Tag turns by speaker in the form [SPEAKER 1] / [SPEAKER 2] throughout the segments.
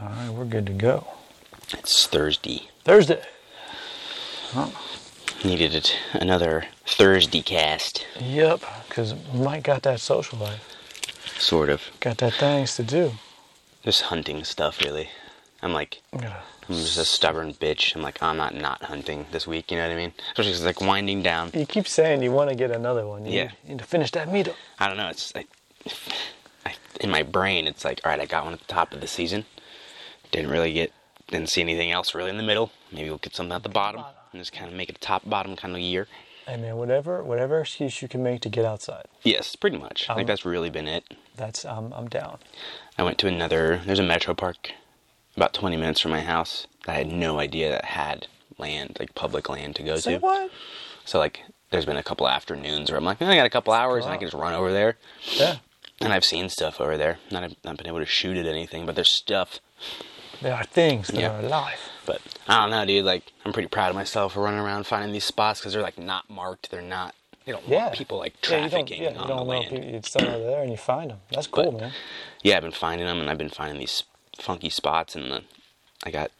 [SPEAKER 1] All right, we're good to go.
[SPEAKER 2] It's Thursday.
[SPEAKER 1] Thursday.
[SPEAKER 2] Needed it another Thursday cast,
[SPEAKER 1] Yep, because Mike got that social life,
[SPEAKER 2] sort of.
[SPEAKER 1] got that things to do.
[SPEAKER 2] Just hunting stuff, really. I'm like,
[SPEAKER 1] I'm gonna-
[SPEAKER 2] I'm just a stubborn bitch. I'm like, I'm not not hunting this week. You know what I mean? Especially 'cause it's like winding down.
[SPEAKER 1] You keep saying you want to get another one. You
[SPEAKER 2] Yeah.
[SPEAKER 1] need to finish that meetup.
[SPEAKER 2] I don't know. It's like, I, in my brain, it's like, all right, I got one at the top of the season. Didn't really get, didn't see anything else really in the middle. Maybe we'll get something at the bottom and just kind of make it a top bottom kind of year.
[SPEAKER 1] Hey man, whatever whatever excuse you can make to get outside,
[SPEAKER 2] Yes, pretty much. I
[SPEAKER 1] Um,
[SPEAKER 2] think that's really been it.
[SPEAKER 1] that's I'm I'm down.
[SPEAKER 2] I went to another. There's a metro park about 20 minutes from my house that I had no idea that had land, like public land to go
[SPEAKER 1] Say
[SPEAKER 2] to.
[SPEAKER 1] what?
[SPEAKER 2] So like, there's been a couple afternoons where I'm like, "Oh, I got a couple hours, and I
[SPEAKER 1] out."
[SPEAKER 2] can just run over there.
[SPEAKER 1] Yeah,
[SPEAKER 2] And I've seen stuff over there. Not I've not been able to shoot at anything, but there's stuff.
[SPEAKER 1] there are things that
[SPEAKER 2] Yeah.
[SPEAKER 1] are alive.
[SPEAKER 2] But I don't know, dude. Like, I'm pretty proud of myself for running around finding these spots because they're like not marked. They're not. They don't
[SPEAKER 1] Yeah,
[SPEAKER 2] want people like
[SPEAKER 1] Yeah, you don't-
[SPEAKER 2] trafficking
[SPEAKER 1] yeah, you
[SPEAKER 2] on
[SPEAKER 1] don't
[SPEAKER 2] the
[SPEAKER 1] know
[SPEAKER 2] land.
[SPEAKER 1] if you- It's somewhere there, and you find them. That's cool,
[SPEAKER 2] But-
[SPEAKER 1] man.
[SPEAKER 2] yeah, I've been finding them, and I've been finding these funky spots, and the, I got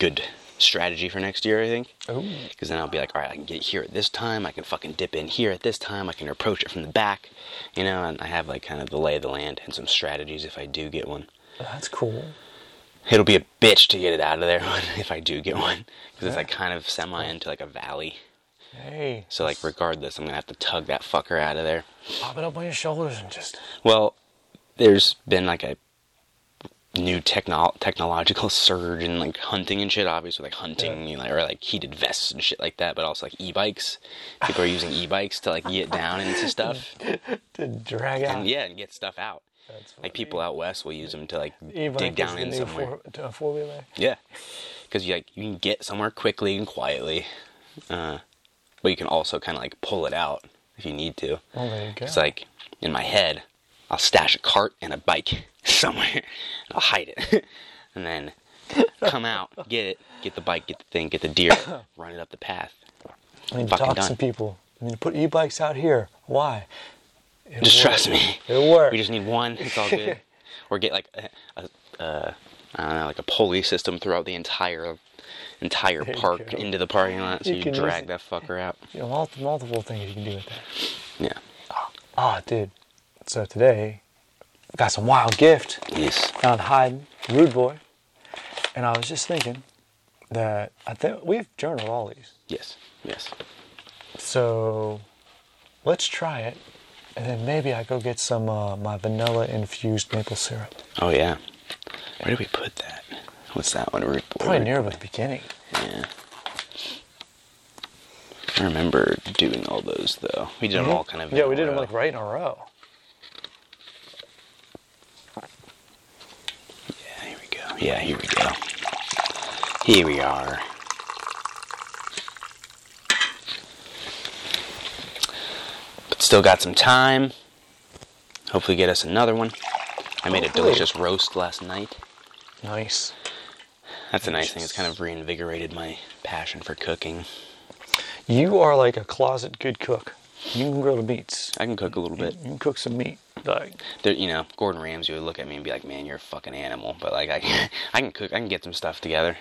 [SPEAKER 2] good strategy for next year, I think.
[SPEAKER 1] Ooh.
[SPEAKER 2] Because then I'll be like, all right, I can get here at this time. I can fucking dip in here at this time. I can approach it from the back, you know. And I have like kind of the lay of the land and some strategies if I do get one.
[SPEAKER 1] That's cool.
[SPEAKER 2] It'll be a bitch to get it out of there if I do get one, because it's like kind of semi into like a valley.
[SPEAKER 1] Hey,
[SPEAKER 2] So like, regardless, I'm gonna have to tug that fucker out of there.
[SPEAKER 1] pop it up on your shoulders and just
[SPEAKER 2] Well, there's been like a new techno- technological surge in like hunting and shit. Obviously, like hunting you know, like, or like heated vests and shit like that. But also like e-bikes. People are using e-bikes to like get down into stuff
[SPEAKER 1] to drag out.
[SPEAKER 2] and yeah, and get stuff out.
[SPEAKER 1] That's
[SPEAKER 2] Like people out west will use them to like
[SPEAKER 1] E-bike
[SPEAKER 2] dig
[SPEAKER 1] is
[SPEAKER 2] down
[SPEAKER 1] the
[SPEAKER 2] in
[SPEAKER 1] new
[SPEAKER 2] somewhere.
[SPEAKER 1] Four, to a four-wheeler.
[SPEAKER 2] Yeah, because you like you can get somewhere quickly and quietly, uh, but you can also kind of like pull it out if you need to.
[SPEAKER 1] Oh, there you go.
[SPEAKER 2] It's like in my head, I'll stash a cart and a bike somewhere, and I'll hide it, and then come out, get it, get the bike, get the thing, get the deer, run it up the path.
[SPEAKER 1] I need to
[SPEAKER 2] fucking
[SPEAKER 1] talk
[SPEAKER 2] done.
[SPEAKER 1] to people. I need to put e-bikes out here. Why? It'll
[SPEAKER 2] Just
[SPEAKER 1] work.
[SPEAKER 2] trust me.
[SPEAKER 1] It'll work.
[SPEAKER 2] We just need one. It's all good. or get like a, a, uh, I don't know, like a pulley system throughout the entire entire
[SPEAKER 1] you
[SPEAKER 2] park
[SPEAKER 1] go.
[SPEAKER 2] into the parking lot, so
[SPEAKER 1] You
[SPEAKER 2] you,
[SPEAKER 1] can use-
[SPEAKER 2] drag that fucker out.
[SPEAKER 1] You know, multiple, multiple things you can do with that.
[SPEAKER 2] Yeah.
[SPEAKER 1] Ah, dude. So today, got some wild gift.
[SPEAKER 2] Yes.
[SPEAKER 1] found Hyden, Rude Boy, and I was just thinking that I think we've journaled all these.
[SPEAKER 2] Yes. Yes.
[SPEAKER 1] So let's try it, and then maybe I go get some uh, my vanilla infused maple syrup.
[SPEAKER 2] Oh yeah. Where did we put that? What's that one? Where- where
[SPEAKER 1] Probably
[SPEAKER 2] we-
[SPEAKER 1] near the beginning.
[SPEAKER 2] Yeah. I remember doing all those though. We did them all kind of.
[SPEAKER 1] Mm-hmm.
[SPEAKER 2] in
[SPEAKER 1] Yeah,
[SPEAKER 2] a
[SPEAKER 1] we did them
[SPEAKER 2] row.
[SPEAKER 1] like right in a row.
[SPEAKER 2] Yeah, here we go. Yeah, here we go. Here we are. But still got some time. Hopefully, get us another one. I made a
[SPEAKER 1] Hopefully.
[SPEAKER 2] delicious roast last night.
[SPEAKER 1] Nice.
[SPEAKER 2] That's a nice thing. It's kind of reinvigorated my passion for cooking.
[SPEAKER 1] You are like a closet good cook. You can grill the meats.
[SPEAKER 2] I can cook a little bit.
[SPEAKER 1] You can cook some meat. Like
[SPEAKER 2] There, you know, Gordon Ramsay would look at me and be like, "Man, you're a fucking animal." But like, I can, I can cook. I can get some stuff together.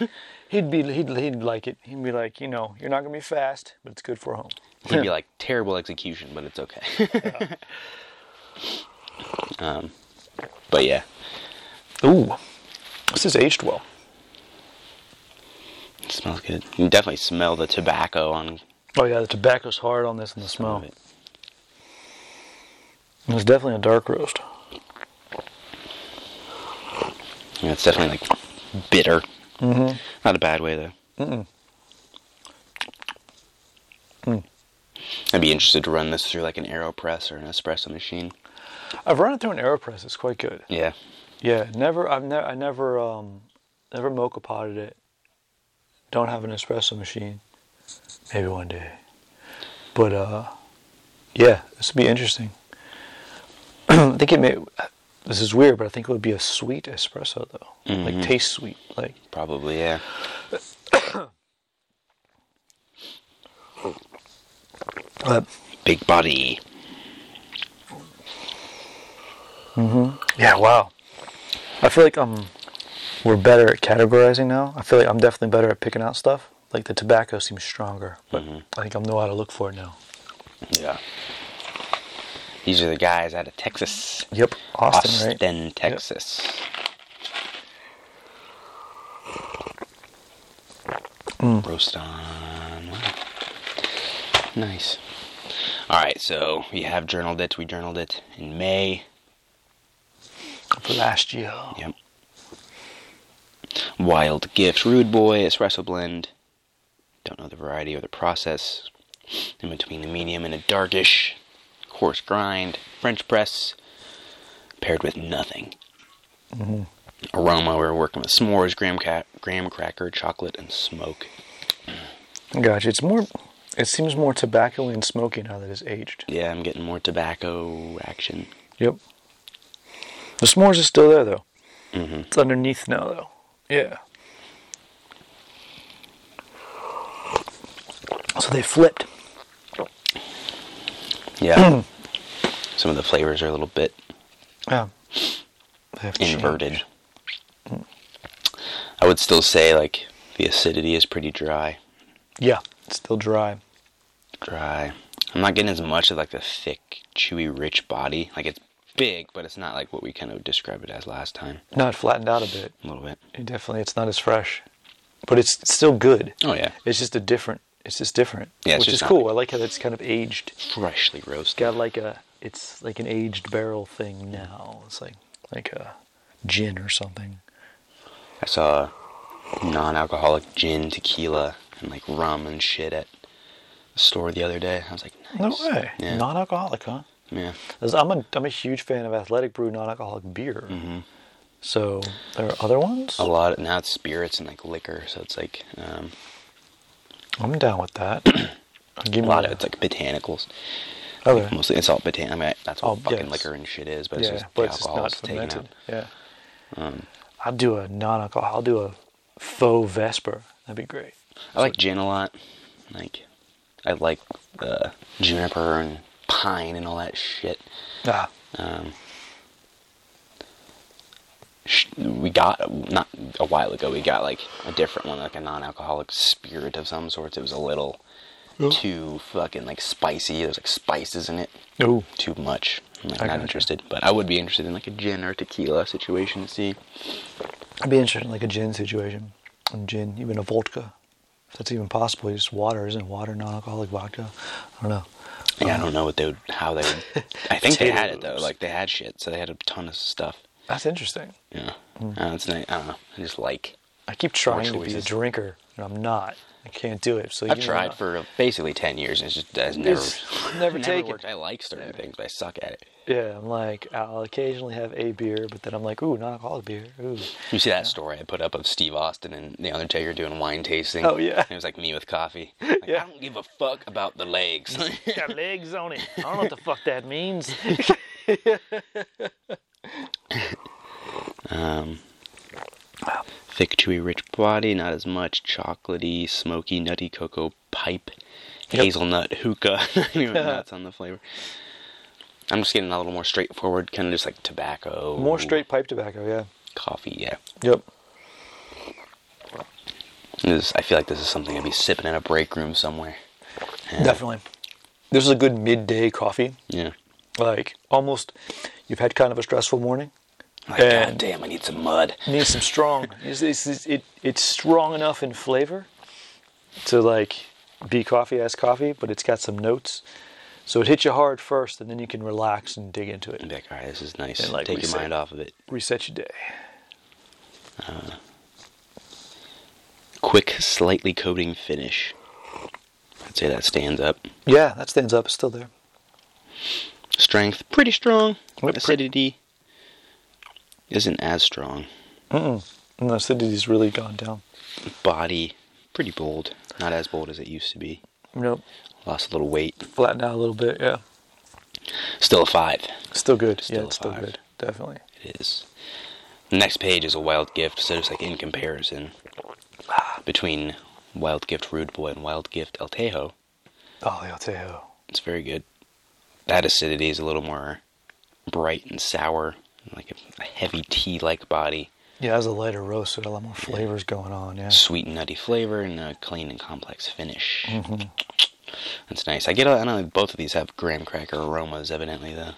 [SPEAKER 1] he'd be, he'd, he'd like it. He'd be like, you know, you're not gonna be fast, but it's good for home.
[SPEAKER 2] He'd be like, terrible execution, but it's okay. um, but yeah,
[SPEAKER 1] Ooh, this is aged well.
[SPEAKER 2] it smells good. You can definitely smell the tobacco on
[SPEAKER 1] Oh yeah, the tobacco's hard on this and the
[SPEAKER 2] some
[SPEAKER 1] smell.
[SPEAKER 2] of it.
[SPEAKER 1] It's definitely a dark roast.
[SPEAKER 2] Yeah, it's definitely like bitter.
[SPEAKER 1] Mm-hmm.
[SPEAKER 2] Not a bad way though.
[SPEAKER 1] Mm-mm.
[SPEAKER 2] Hmm. I'd be interested to run this through like an AeroPress or an espresso machine.
[SPEAKER 1] I've run it through an Aeropress. It's quite good.
[SPEAKER 2] Yeah,
[SPEAKER 1] Yeah, never. I've never. I never. Um, never mocha potted it. Don't have an espresso machine. Maybe one day. But uh, yeah, this would be interesting. I think it may. This is weird, but I think it would be a sweet espresso though. Like
[SPEAKER 2] Mhm.
[SPEAKER 1] taste sweet. Like
[SPEAKER 2] probably. Yeah.
[SPEAKER 1] but
[SPEAKER 2] Big body.
[SPEAKER 1] yeah. Wow. I feel like um. we're better at categorizing now. I feel like I'm definitely better at picking out stuff. Like the tobacco seems stronger, but I think I know how to look for it now.
[SPEAKER 2] Yeah. These are the guys out of Texas.
[SPEAKER 1] Yep, Austin, right?
[SPEAKER 2] Austin, Texas.
[SPEAKER 1] Mm.
[SPEAKER 2] Roast on. Wow. Nice. All right, so we have journaled it. We journaled it in May.
[SPEAKER 1] For last year.
[SPEAKER 2] Yep. Wild Gifts, Rude Boy, Espresso Blend. Don't know the variety or the process. In between a medium and a darkish, coarse grind, French press, paired with nothing. Aroma, we're working with s'mores, graham, ca- graham cracker, chocolate, and smoke.
[SPEAKER 1] Gotcha. It's more. It seems more tobacco and smoky now that it's aged.
[SPEAKER 2] Yeah, I'm getting more tobacco action.
[SPEAKER 1] Yep. The s'mores is still there though.
[SPEAKER 2] Mm-hmm.
[SPEAKER 1] It's underneath now though. Yeah. So they flipped.
[SPEAKER 2] Yeah. Some of the flavors are a little bit
[SPEAKER 1] Yeah. They have changed.
[SPEAKER 2] inverted. I would still say like the acidity is pretty dry.
[SPEAKER 1] Yeah. It's still dry.
[SPEAKER 2] Dry. I'm not getting as much of like the thick, chewy, rich body. Like it's big, but it's not like what we kind of described it as last time.
[SPEAKER 1] No, it flattened out a bit.
[SPEAKER 2] A little bit.
[SPEAKER 1] It definitely, it's not as fresh, but it's, it's still good.
[SPEAKER 2] Oh yeah.
[SPEAKER 1] It's just a different. It's just different.
[SPEAKER 2] Yeah, it's
[SPEAKER 1] which
[SPEAKER 2] just
[SPEAKER 1] is
[SPEAKER 2] not
[SPEAKER 1] cool.
[SPEAKER 2] like-
[SPEAKER 1] I like how it's kind of aged.
[SPEAKER 2] Freshly roasted.
[SPEAKER 1] got like a it's like an aged barrel thing now. It's like like a gin or something.
[SPEAKER 2] I saw non-alcoholic gin, tequila, and like rum and shit at the store the other day. I was like,
[SPEAKER 1] No
[SPEAKER 2] nice.
[SPEAKER 1] way.
[SPEAKER 2] Yeah.
[SPEAKER 1] Non-alcoholic, huh?
[SPEAKER 2] yeah.
[SPEAKER 1] 'Cause I'm a I'm a huge fan of Athletic Brew non-alcoholic beer.
[SPEAKER 2] Mm-hmm.
[SPEAKER 1] So there are other ones.
[SPEAKER 2] A lot now it's spirits and like liquor, so it's like um,
[SPEAKER 1] I'm down with that. I'll give
[SPEAKER 2] a
[SPEAKER 1] me
[SPEAKER 2] lot of
[SPEAKER 1] that.
[SPEAKER 2] it's like botanicals.
[SPEAKER 1] Okay.
[SPEAKER 2] Mostly it's all botanical. I mean, that's what
[SPEAKER 1] Oh,
[SPEAKER 2] fucking
[SPEAKER 1] yes.
[SPEAKER 2] liquor and shit is, but it's
[SPEAKER 1] Yeah,
[SPEAKER 2] just the
[SPEAKER 1] but it's just
[SPEAKER 2] alcohol
[SPEAKER 1] not
[SPEAKER 2] is taken out.
[SPEAKER 1] fermented. Yeah.
[SPEAKER 2] Um,
[SPEAKER 1] I'll do a non-alcohol. I'll do a faux Vesper. That'd be great.
[SPEAKER 2] I like gin a lot. Like, I like uh, juniper and pine and all that shit.
[SPEAKER 1] Ah,
[SPEAKER 2] Um, sh- we got not a while ago. We got like a different one, like a non-alcoholic spirit of some sorts. It was a little too fucking like spicy. There's like spices in it.
[SPEAKER 1] ooh,
[SPEAKER 2] Too much. I'm like,
[SPEAKER 1] I
[SPEAKER 2] not
[SPEAKER 1] gotcha.
[SPEAKER 2] interested. But I would be interested in like a gin or tequila situation to see.
[SPEAKER 1] I'd be interested in like a gin situation, and gin, even a vodka. If that's even possible, just water, isn't it? water non-alcoholic vodka? I don't know.
[SPEAKER 2] Yeah, I don't know what they would, how they would. I think they had it though.
[SPEAKER 1] Potatoes.
[SPEAKER 2] Like they had shit, so they had a ton of stuff.
[SPEAKER 1] That's interesting.
[SPEAKER 2] Yeah,
[SPEAKER 1] Hmm.
[SPEAKER 2] uh, it's nice. I don't know. I just like.
[SPEAKER 1] I keep trying to be a
[SPEAKER 2] choices.
[SPEAKER 1] drinker, and I'm not. I can't do it. So
[SPEAKER 2] I've
[SPEAKER 1] you know,
[SPEAKER 2] tried for basically ten years, and it's just has never
[SPEAKER 1] It's never taken.
[SPEAKER 2] worked. I like certain things, but I suck at it.
[SPEAKER 1] Yeah, I'm like I'll occasionally have a beer, but then I'm like, ooh, non-alcoholic beer. Ooh,
[SPEAKER 2] You see that story I put up of Steve Austin and The Undertaker doing wine tasting?
[SPEAKER 1] Oh, yeah.
[SPEAKER 2] It was like me with coffee. Like,
[SPEAKER 1] Yeah.
[SPEAKER 2] I don't give a fuck about the legs.
[SPEAKER 1] got legs on it. I don't know what the fuck that means.
[SPEAKER 2] um, thick, chewy, rich body, not as much. Chocolatey, smoky, nutty cocoa pipe,
[SPEAKER 1] Yep.
[SPEAKER 2] hazelnut hookah. Not even nuts on the flavor. I'm just getting a little more straightforward, kind of just like tobacco.
[SPEAKER 1] More straight pipe tobacco. Yeah.
[SPEAKER 2] Coffee, yeah.
[SPEAKER 1] Yep.
[SPEAKER 2] This, I feel like this is something I'd be sipping in a break room somewhere.
[SPEAKER 1] Definitely. This is a good midday coffee.
[SPEAKER 2] Yeah.
[SPEAKER 1] Like almost, you've had kind of a stressful morning.
[SPEAKER 2] Like,
[SPEAKER 1] And-
[SPEAKER 2] God damn, I need some mud.
[SPEAKER 1] needs some strong. It's, it's, it's, it, it's strong enough in flavor to like be coffee as coffee, but it's got some notes. So it hits you hard first, and then you can relax and dig into
[SPEAKER 2] And
[SPEAKER 1] it.
[SPEAKER 2] be like, all right, this is nice.
[SPEAKER 1] And like
[SPEAKER 2] Take
[SPEAKER 1] we
[SPEAKER 2] your
[SPEAKER 1] said-
[SPEAKER 2] mind off of it.
[SPEAKER 1] Reset your day.
[SPEAKER 2] Quick, slightly coating finish. I'd say that stands up.
[SPEAKER 1] Yeah, that stands up. It's still there.
[SPEAKER 2] Strength, pretty strong.
[SPEAKER 1] Yep, pre-
[SPEAKER 2] Acidity isn't as strong.
[SPEAKER 1] And the acidity's really gone down.
[SPEAKER 2] Body, pretty bold. Not as bold as it used to be.
[SPEAKER 1] Nope.
[SPEAKER 2] Lost a little weight.
[SPEAKER 1] Flattened out a little bit. Yeah.
[SPEAKER 2] Still a five.
[SPEAKER 1] Still good.
[SPEAKER 2] Still
[SPEAKER 1] yeah, it's still
[SPEAKER 2] five.
[SPEAKER 1] good. Definitely.
[SPEAKER 2] It is. The next page is a wild gift, so it's like in comparison Ah, between wild gift rude boy and wild gift El Tejo.
[SPEAKER 1] Oh, the Altejo.
[SPEAKER 2] It's very good. That acidity is a little more bright and sour, like a, a heavy tea like body.
[SPEAKER 1] Yeah, as a lighter roast, there's a lot more flavors going on. Yeah.
[SPEAKER 2] sweet and nutty flavor and a clean and complex finish.
[SPEAKER 1] Mm-hmm.
[SPEAKER 2] That's nice. I get. a- I know both of these have graham cracker aromas, evidently though,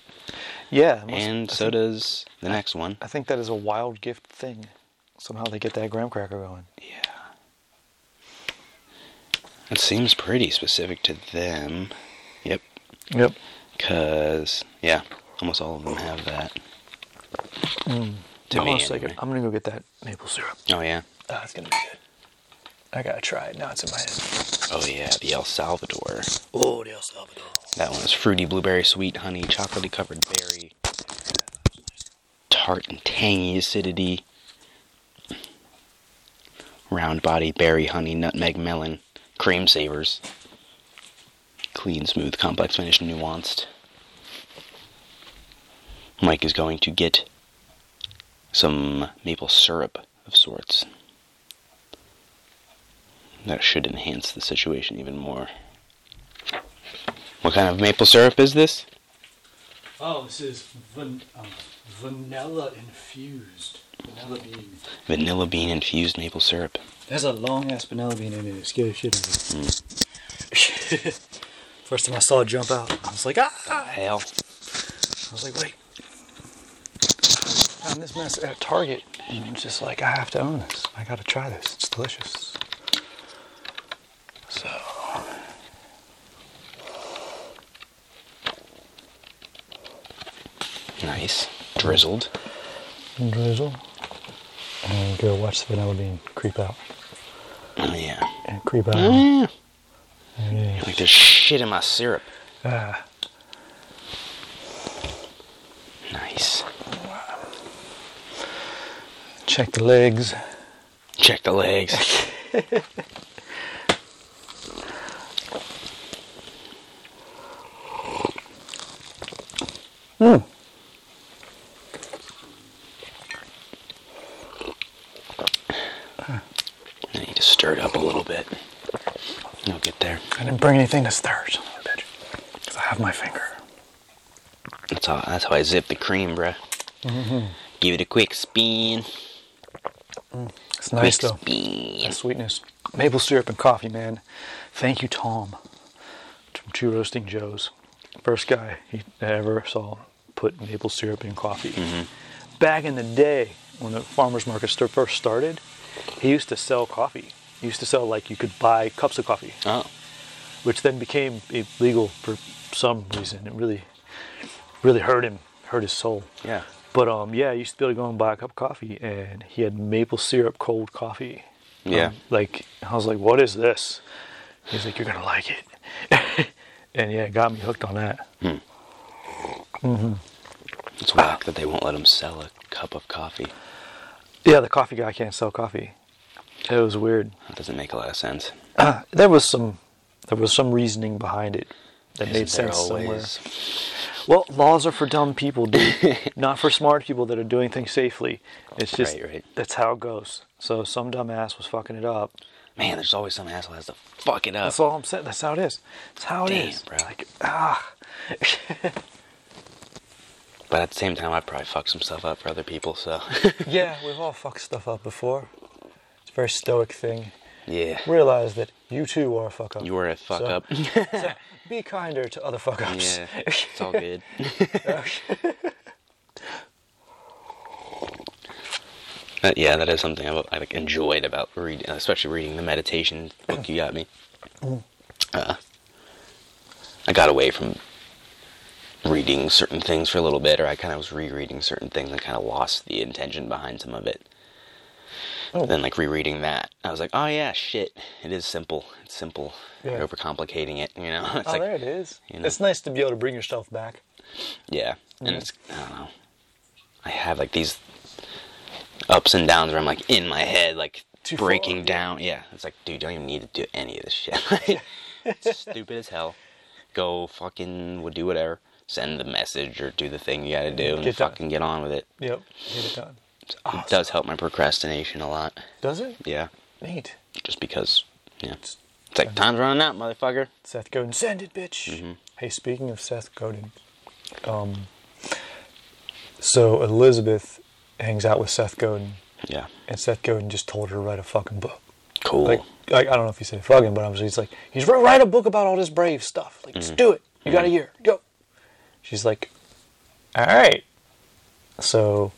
[SPEAKER 1] Yeah. it must-
[SPEAKER 2] and
[SPEAKER 1] I
[SPEAKER 2] so
[SPEAKER 1] think-
[SPEAKER 2] does the next one.
[SPEAKER 1] I think that is a wild gift thing. Somehow they get that graham cracker going.
[SPEAKER 2] Yeah. It seems pretty specific to them. Yep.
[SPEAKER 1] Yep.
[SPEAKER 2] Cause yeah, almost all of them have that. To
[SPEAKER 1] Hold
[SPEAKER 2] me,
[SPEAKER 1] on Mm. a second.
[SPEAKER 2] anyway.
[SPEAKER 1] I'm gonna go get that maple syrup.
[SPEAKER 2] Oh yeah.
[SPEAKER 1] Oh, it's gonna be good. I gotta try it now. It's in my head.
[SPEAKER 2] Oh yeah. The El Salvador.
[SPEAKER 1] Oh, the El Salvador.
[SPEAKER 2] That one is fruity, blueberry, sweet, honey, chocolatey covered berry, tart and tangy acidity, round body, berry, honey, nutmeg, melon, cream savers, clean, smooth, complex finish, nuanced. Mike is going to get some maple syrup of sorts. That should enhance the situation even more. What kind of maple syrup is this?
[SPEAKER 3] Oh, this is van- um, vanilla infused. Vanilla bean.
[SPEAKER 2] Vanilla bean infused maple syrup.
[SPEAKER 3] There's a long ass vanilla bean in it. It scares the shit out of me. First time I saw it jump out, I was like, ah!
[SPEAKER 2] Hell.
[SPEAKER 3] I was like, wait.
[SPEAKER 1] found this mess at Target, and I'm just like, I have to own this. I gotta try this. It's delicious. So.
[SPEAKER 2] Nice. Drizzled.
[SPEAKER 1] drizzle and go watch the vanilla bean creep out
[SPEAKER 2] Oh, yeah.
[SPEAKER 1] and creep out.
[SPEAKER 2] Yeah.
[SPEAKER 1] Yeah.
[SPEAKER 2] Like there's shit in my syrup.
[SPEAKER 1] Ah,
[SPEAKER 2] Nice.
[SPEAKER 1] check the legs.
[SPEAKER 2] Check the legs. Hmm. I need to stir it up a little bit. You'll get there.
[SPEAKER 1] I didn't bring anything to stir, son of a bitch. 'Cause I have my finger.
[SPEAKER 2] That's how that's how I zip the cream, bruh.
[SPEAKER 1] Mm-hmm.
[SPEAKER 2] Give it a quick spin.
[SPEAKER 1] It's nice
[SPEAKER 2] quick
[SPEAKER 1] though.
[SPEAKER 2] spin.
[SPEAKER 1] That sweetness. Maple syrup and coffee, man. Thank you, Tom, from Two Roasting Joes. First guy he I ever saw put maple syrup in coffee. Back in the day, when the farmers market st- first started, he used to sell coffee. He used to sell like you could buy cups of coffee,
[SPEAKER 2] Oh.
[SPEAKER 1] which then became illegal for some reason. It really, really hurt him, hurt his soul.
[SPEAKER 2] Yeah.
[SPEAKER 1] But um, yeah, I used to be able to go and buy a cup of coffee, and he had maple syrup cold coffee.
[SPEAKER 2] Yeah.
[SPEAKER 1] Um, like I was like, "What is this?" He's like, "You're gonna like it," and yeah, it got me hooked on that.
[SPEAKER 2] It's whack that they won't let him sell a cup of coffee.
[SPEAKER 1] Yeah, the coffee guy can't sell coffee. It was weird.
[SPEAKER 2] That doesn't make a lot of sense.
[SPEAKER 1] Uh, there was some, there was some reasoning behind it that made
[SPEAKER 2] Isn't there
[SPEAKER 1] sense somewhere.
[SPEAKER 2] always-
[SPEAKER 1] Well, laws are for dumb people, dude. Not for smart people that are doing things safely. It's just
[SPEAKER 2] Right, right.
[SPEAKER 1] that's how it goes. So some dumbass was fucking it up.
[SPEAKER 2] Man, there's always some asshole that has to fuck it up.
[SPEAKER 1] That's all I'm saying. That's how it is. That's how it is,
[SPEAKER 2] Damn, bro.
[SPEAKER 1] Like, ah,
[SPEAKER 2] But at the same time, I'd probably fuck some stuff up for other people, so.
[SPEAKER 1] yeah, we've all fucked stuff up before. It's a very stoic thing.
[SPEAKER 2] yeah.
[SPEAKER 1] Realize that you too are a fuck up.
[SPEAKER 2] You are a fuck
[SPEAKER 1] So-
[SPEAKER 2] up. yeah.
[SPEAKER 1] so be kinder to other fuck ups.
[SPEAKER 2] It's all good. But yeah, that is something I've, I like enjoyed about reading, especially reading the meditation book you got me.
[SPEAKER 1] Mm.
[SPEAKER 2] Uh, I got away from reading certain things for a little bit, or I kind of was rereading certain things and kind of lost the intention behind some of it.
[SPEAKER 1] Oh.
[SPEAKER 2] Then, like rereading that, I was like, "Oh yeah, shit! It is simple. It's simple.
[SPEAKER 1] Yeah.
[SPEAKER 2] You're overcomplicating it, you know." It's
[SPEAKER 1] oh,
[SPEAKER 2] like,
[SPEAKER 1] there it is.
[SPEAKER 2] you know.
[SPEAKER 1] It's nice to be able to bring yourself back.
[SPEAKER 2] yeah, and it's I don't know. I have like these ups and downs where I'm like in my head, like
[SPEAKER 1] Too far,
[SPEAKER 2] breaking
[SPEAKER 1] yeah.
[SPEAKER 2] down. Yeah, it's like, dude, you don't even need to do any of this shit. It's Stupid as hell. Go fucking, we'll do whatever. Send the message or do the thing you gotta do and
[SPEAKER 1] Get done.
[SPEAKER 2] fucking get on with it.
[SPEAKER 1] Yep. Get it done.
[SPEAKER 2] It does help my procrastination a lot.
[SPEAKER 1] Does it?
[SPEAKER 2] Yeah,
[SPEAKER 1] Neat.
[SPEAKER 2] just because. Yeah, it's like time's running out, motherfucker.
[SPEAKER 1] Seth Godin, send it, bitch.
[SPEAKER 2] Mm-hmm.
[SPEAKER 1] Hey, speaking of Seth Godin, um, so Elizabeth hangs out with Seth Godin,
[SPEAKER 2] Yeah.
[SPEAKER 1] And Seth Godin just told her to write a fucking book.
[SPEAKER 2] Cool.
[SPEAKER 1] Like, like I don't know if he said fucking, but I'm just, he's like, he's wr- write a book about all this brave stuff. Like,
[SPEAKER 2] Mm-hmm.
[SPEAKER 1] just do it. You got a year. Go. She's like, all right. So,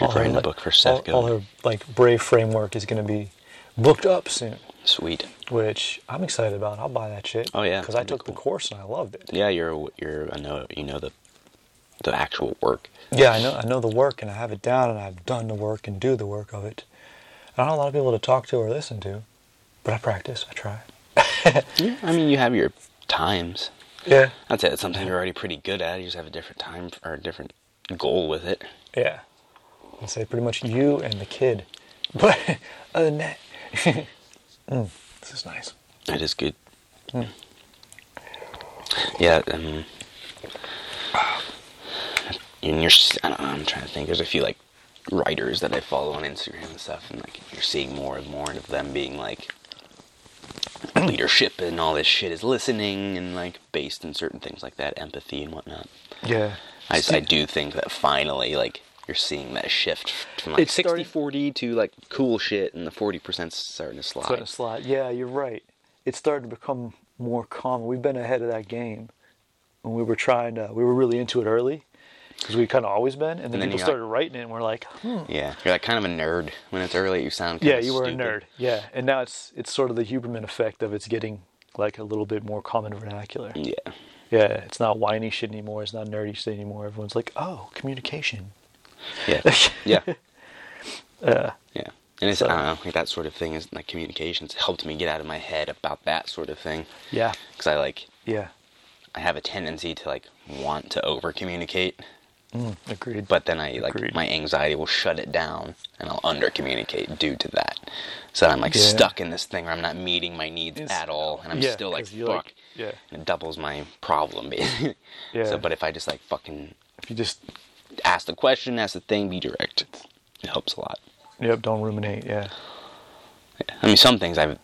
[SPEAKER 2] You're writing a
[SPEAKER 1] like,
[SPEAKER 2] book for Seth
[SPEAKER 1] all, all
[SPEAKER 2] Godin.
[SPEAKER 1] her like brave framework is going to be booked up soon,
[SPEAKER 2] Sweet.
[SPEAKER 1] which I'm excited about. I'll buy that shit.
[SPEAKER 2] Oh, yeah.
[SPEAKER 1] because I
[SPEAKER 2] That'd be
[SPEAKER 1] took the course and I loved it.
[SPEAKER 2] Yeah, you're you're I know you know the the actual work.
[SPEAKER 1] Yeah, I know. I know the work, and I have it down, and I've done the work and do the work of it. I don't have a lot of people to talk to or listen to, but I practice. I try.
[SPEAKER 2] Yeah. I mean, you have your times.
[SPEAKER 1] Yeah.
[SPEAKER 2] I'd say that's something you're already pretty good at. You just have a different time or a different goal with it.
[SPEAKER 1] Yeah. I'd say pretty much you and the kid. But other than that, Mm, this is nice.
[SPEAKER 2] That is good.
[SPEAKER 1] Hmm.
[SPEAKER 2] Yeah, um, and you're, s- I don't know, I'm trying to think. There's a few like writers that I follow on Instagram and stuff, and like you're seeing more and more of them being like leadership and all this shit is listening and like based in certain things like that, empathy and whatnot.
[SPEAKER 1] Yeah.
[SPEAKER 2] I, just, I do think that finally, like, you're seeing that shift from like
[SPEAKER 1] It's
[SPEAKER 2] 60
[SPEAKER 1] starting-
[SPEAKER 2] 40 to like cool shit, and the 40% starting to slide.
[SPEAKER 1] Starting to slide. Yeah, you're right. It's starting to become more common. We've been ahead of that game when we were trying to. We were really into it early because we kind of always been, and then,
[SPEAKER 2] And then
[SPEAKER 1] people
[SPEAKER 2] you got-
[SPEAKER 1] started writing it, and we're like, hmm.
[SPEAKER 2] Yeah, you're like kind of a nerd. When it's early, you sound kind
[SPEAKER 1] yeah,
[SPEAKER 2] of
[SPEAKER 1] you were a
[SPEAKER 2] stupid.
[SPEAKER 1] nerd. Yeah, and now it's it's sort of the Huberman effect of it's getting like a little bit more common vernacular.
[SPEAKER 2] Yeah,
[SPEAKER 1] Yeah, it's not whiny shit anymore. It's not nerdy shit anymore. Everyone's like, oh, communication.
[SPEAKER 2] yeah, yeah,
[SPEAKER 1] Uh,
[SPEAKER 2] yeah. And it's I don't know, like that sort of thing is like communications helped me get out of my head about that sort of thing
[SPEAKER 1] Yeah,
[SPEAKER 2] because I like
[SPEAKER 1] yeah,
[SPEAKER 2] I have a tendency to like want to over communicate,
[SPEAKER 1] Mm, agreed.
[SPEAKER 2] but then I like
[SPEAKER 1] Agreed.
[SPEAKER 2] my anxiety will shut it down and I'll under communicate due to that. So I'm like
[SPEAKER 1] Yeah.
[SPEAKER 2] stuck in this thing where I'm not meeting my needs
[SPEAKER 1] It's-
[SPEAKER 2] at all, and I'm
[SPEAKER 1] yeah,
[SPEAKER 2] still like
[SPEAKER 1] 'cause you're
[SPEAKER 2] fuck.
[SPEAKER 1] like- yeah.
[SPEAKER 2] and it doubles my problem. Basically.
[SPEAKER 1] Yeah.
[SPEAKER 2] So, but if I just like fucking
[SPEAKER 1] if you just
[SPEAKER 2] ask the question, ask the thing, be direct. It helps a lot.
[SPEAKER 1] yep, don't ruminate. Yeah,
[SPEAKER 2] I mean, some things I've.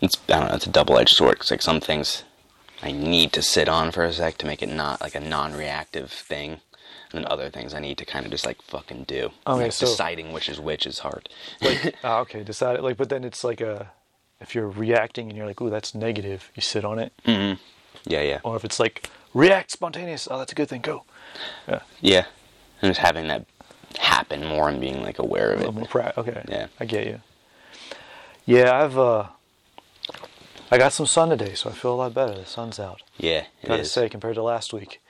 [SPEAKER 2] It's I don't know. It's a double-edged sword. 'cause, like some things, I need to sit on for a sec to make it not like a non-reactive thing, and then other things I need to kind of just like fucking do. And,
[SPEAKER 1] Okay,
[SPEAKER 2] like,
[SPEAKER 1] so-
[SPEAKER 2] deciding which is which is hard.
[SPEAKER 1] ah, okay, decide it. Like, but then it's like a if you're reacting and you're like, ooh, that's negative, you sit on it.
[SPEAKER 2] Mm. yeah, yeah,
[SPEAKER 1] Or if it's like react spontaneous, oh, that's a good thing. Go.
[SPEAKER 2] yeah. And just having that happen more and being like aware of
[SPEAKER 1] A little
[SPEAKER 2] it.
[SPEAKER 1] more pra- Okay.
[SPEAKER 2] Yeah.
[SPEAKER 1] I get you. Yeah, I've uh, I got some sun today, so I feel a lot better. The sun's out.
[SPEAKER 2] Yeah, it
[SPEAKER 1] Gotta
[SPEAKER 2] is.
[SPEAKER 1] say, compared to last week.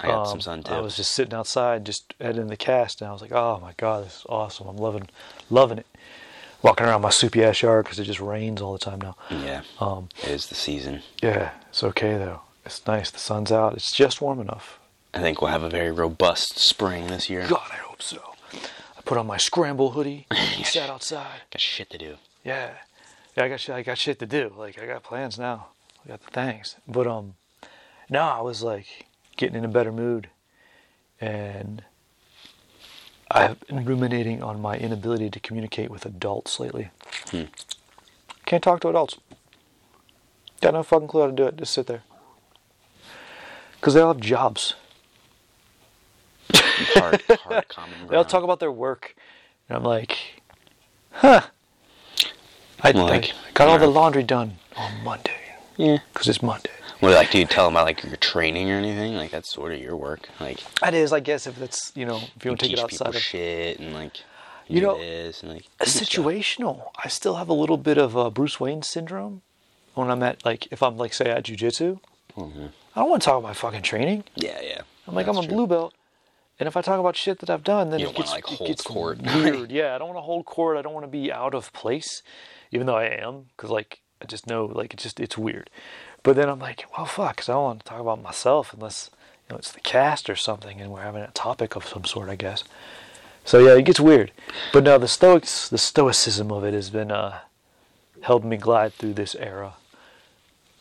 [SPEAKER 2] I got some
[SPEAKER 1] Um,
[SPEAKER 2] sun too.
[SPEAKER 1] I was just sitting outside, just editing the cast, and I was like, "Oh my god, this is awesome! I'm loving, loving it." Walking around my soupy ass yard because it just rains all the time now.
[SPEAKER 2] yeah,
[SPEAKER 1] Um,
[SPEAKER 2] it is the season.
[SPEAKER 1] yeah, it's okay though. It's nice. The sun's out. It's just warm enough.
[SPEAKER 2] I think we'll have a very robust spring this year.
[SPEAKER 1] God, I hope so. I put on my scramble hoodie, sat outside.
[SPEAKER 2] Got shit to do.
[SPEAKER 1] Yeah, yeah, I got shit. I got shit to do. Like I got plans now. I got the things. But um, no, I was like getting in a better mood, and I've been ruminating on my inability to communicate with adults lately. Can't talk to adults. Got no fucking clue how to do it. Just sit there. Cause they all have jobs.
[SPEAKER 2] Hard, hard common ground.
[SPEAKER 1] They all talk about their work, and I'm like, huh. I,
[SPEAKER 2] Well,
[SPEAKER 1] I
[SPEAKER 2] like,
[SPEAKER 1] got all
[SPEAKER 2] you
[SPEAKER 1] the
[SPEAKER 2] know.
[SPEAKER 1] laundry done on Monday.
[SPEAKER 2] Yeah.
[SPEAKER 1] because it's Monday.
[SPEAKER 2] Well, like, do you tell them about like your training or anything? Like, that's sort of your work. Like,
[SPEAKER 1] That is, I guess, if that's you know, if you
[SPEAKER 2] you
[SPEAKER 1] don't take it
[SPEAKER 2] teach people
[SPEAKER 1] outside of
[SPEAKER 2] shit and like,
[SPEAKER 1] You
[SPEAKER 2] you
[SPEAKER 1] know,
[SPEAKER 2] know, this and like
[SPEAKER 1] it's situational. I still have a little bit of uh, Bruce Wayne syndrome when I'm at like if I'm like say at jujitsu. I don't want to talk about fucking training.
[SPEAKER 2] Yeah, yeah.
[SPEAKER 1] I'm like
[SPEAKER 2] Mm-hmm.
[SPEAKER 1] I'm
[SPEAKER 2] That's
[SPEAKER 1] a
[SPEAKER 2] true.
[SPEAKER 1] blue belt, and if I talk about shit that I've done, then
[SPEAKER 2] You
[SPEAKER 1] it
[SPEAKER 2] don't wanna,
[SPEAKER 1] gets
[SPEAKER 2] like,
[SPEAKER 1] it
[SPEAKER 2] hold
[SPEAKER 1] gets
[SPEAKER 2] court.
[SPEAKER 1] weird. yeah, I don't want to hold court. I don't want to be out of place, even though I am, because like I just know like it's just it's weird. But then I'm like, well, fuck, 'cause I don't want to talk about myself unless you know it's the cast or something, and we're having a topic of some sort, I guess. So yeah, it gets weird. But no, the stoics, the stoicism of it has been uh, helped me glide through this era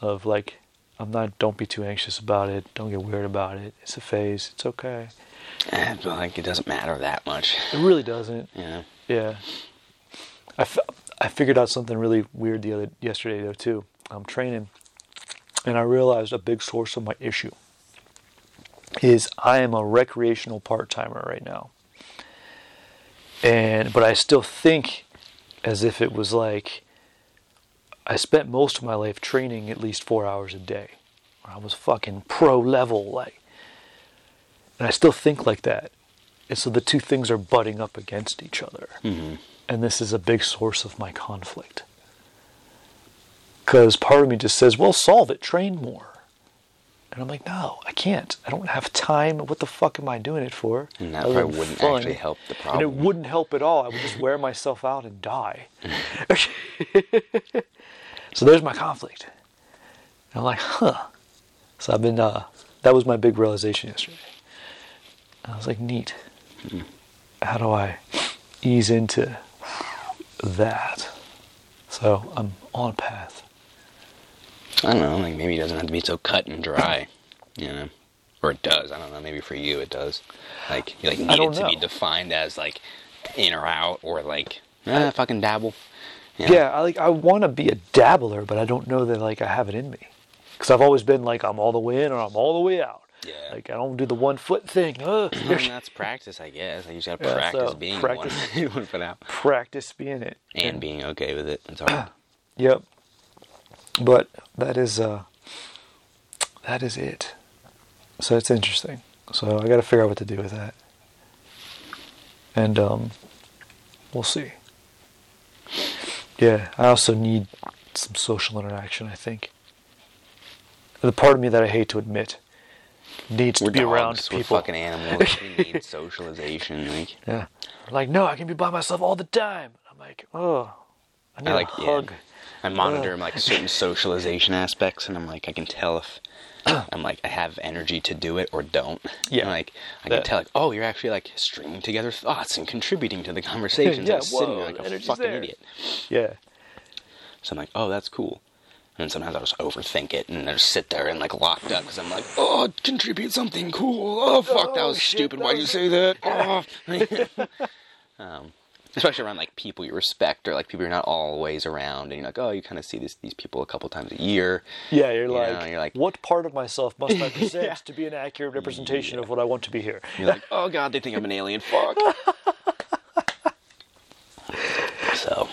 [SPEAKER 1] of like, I'm not. Don't be too anxious about it. Don't get weird about it. It's a phase. It's okay.
[SPEAKER 2] Eh, but like, it doesn't matter that much.
[SPEAKER 1] It really doesn't.
[SPEAKER 2] You know.
[SPEAKER 1] Yeah. I, f- I figured out something really weird the other yesterday though too. I'm training, and I realized a big source of my issue is I am a recreational part timer right now, and but I still think as if it was like I spent most of my life training at least four hours a day. I was fucking pro level, like, and I still think like that. And so the two things are butting up against each other,
[SPEAKER 2] Mm-hmm.
[SPEAKER 1] and this is a big source of my conflict. Because part of me just says, "Well, solve it, train more," and I'm like, "No, I can't. I don't have time. What the fuck am I doing it for?"
[SPEAKER 2] And that
[SPEAKER 1] other
[SPEAKER 2] probably
[SPEAKER 1] than
[SPEAKER 2] wouldn't
[SPEAKER 1] fun?"
[SPEAKER 2] actually help the
[SPEAKER 1] And it
[SPEAKER 2] problem.
[SPEAKER 1] wouldn't help at all. I would just wear myself out and die. so there's my conflict. And I'm like, huh. So I've been, uh, that was my big realization yesterday. I was like, neat. How do I ease into that? So I'm on a path.
[SPEAKER 2] I don't know, like maybe it doesn't have to be so cut and dry, you know, or it does. I don't know. Maybe for you it does. Like you like need
[SPEAKER 1] don't
[SPEAKER 2] it to be
[SPEAKER 1] know.
[SPEAKER 2] defined as like in or out or like ah, fucking dabble. you
[SPEAKER 1] Yeah,
[SPEAKER 2] know?
[SPEAKER 1] I like I want to be a dabbler, but I don't know that like I have it in me. Because I've always been like I'm all the way in or I'm all the way out.
[SPEAKER 2] Yeah.
[SPEAKER 1] Like I don't do the one foot thing. Ugh.
[SPEAKER 2] I mean, that's practice, I guess. Like, you just gotta
[SPEAKER 1] Yeah,
[SPEAKER 2] practice
[SPEAKER 1] so
[SPEAKER 2] being
[SPEAKER 1] practice-
[SPEAKER 2] one, one foot out
[SPEAKER 1] practice being it.
[SPEAKER 2] and being okay with it. It's hard.
[SPEAKER 1] Yep. But that is uh that is it. So it's interesting. So I got to figure out what to do with that. And um we'll see. Yeah, I also need some social interaction, I think. The part of me that I hate to admit needs to
[SPEAKER 2] We're
[SPEAKER 1] be around
[SPEAKER 2] dogs,
[SPEAKER 1] people.
[SPEAKER 2] We're fucking animals. we need socialization. Like,
[SPEAKER 1] Yeah. Like, no, I can be by myself all the time. I'm like, oh, I need
[SPEAKER 2] I like
[SPEAKER 1] a
[SPEAKER 2] yeah.
[SPEAKER 1] hug.
[SPEAKER 2] I monitor like certain socialization aspects, and I'm like, I can tell if I'm like I have energy to do it or don't.
[SPEAKER 1] Yeah.
[SPEAKER 2] And, like I
[SPEAKER 1] That-
[SPEAKER 2] can tell like, oh, you're actually like stringing together thoughts and contributing to the conversations.
[SPEAKER 1] Yeah,
[SPEAKER 2] I'm sitting
[SPEAKER 1] whoa,
[SPEAKER 2] there like
[SPEAKER 1] the
[SPEAKER 2] a
[SPEAKER 1] energy's
[SPEAKER 2] fucking
[SPEAKER 1] there.
[SPEAKER 2] idiot.
[SPEAKER 1] Yeah.
[SPEAKER 2] So I'm like, oh, that's cool. And then sometimes I'll just overthink it and I just sit there and like locked up because I'm like, oh, contribute something cool. Oh, fuck, that
[SPEAKER 1] Oh,
[SPEAKER 2] was
[SPEAKER 1] shit,
[SPEAKER 2] stupid.
[SPEAKER 1] that
[SPEAKER 2] Why'd you
[SPEAKER 1] was-
[SPEAKER 2] say that? Oh. um, especially around like people you respect or like people you're not always around. And you're like, oh, you kind of see this, these people a couple times a year.
[SPEAKER 1] Yeah, you're,
[SPEAKER 2] You know,
[SPEAKER 1] like,
[SPEAKER 2] you're like-
[SPEAKER 1] what part of myself must I present to be an accurate representation of what I want to be here?
[SPEAKER 2] You're like, oh, God, they think I'm an alien. Fuck. so.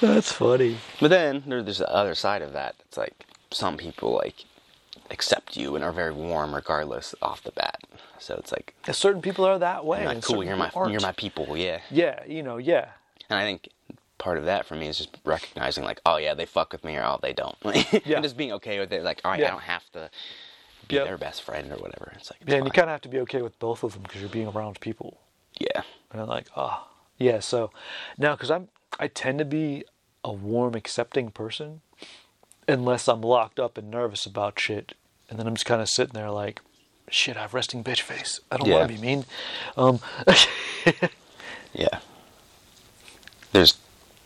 [SPEAKER 1] That's funny.
[SPEAKER 2] But then there- there's the other side of that. It's like some people like accept you and are very warm regardless off the bat. So it's like
[SPEAKER 1] Certain people are that way.
[SPEAKER 2] you're like,
[SPEAKER 1] and
[SPEAKER 2] cool,
[SPEAKER 1] certain
[SPEAKER 2] you're my
[SPEAKER 1] people aren't.
[SPEAKER 2] you're my people, yeah.
[SPEAKER 1] Yeah, you know, yeah.
[SPEAKER 2] And I think part of that for me is just recognizing like, oh yeah, they fuck with me or oh they don't. Like,
[SPEAKER 1] Yeah.
[SPEAKER 2] and just being okay with it. Like, all right,
[SPEAKER 1] Yeah.
[SPEAKER 2] I don't have to be
[SPEAKER 1] Yep.
[SPEAKER 2] their best friend or whatever. It's like it's
[SPEAKER 1] Yeah, and you
[SPEAKER 2] fine.
[SPEAKER 1] kind of have to be okay with both of them because you're being around people.
[SPEAKER 2] yeah.
[SPEAKER 1] And I'm like, ah, yeah. So now, because I'm, I tend to be a warm, accepting person, unless I'm locked up and nervous about shit, and then I'm just kind of sitting there like, shit, I have resting bitch face. I don't
[SPEAKER 2] Yeah.
[SPEAKER 1] want to be mean. Um,
[SPEAKER 2] Yeah. There's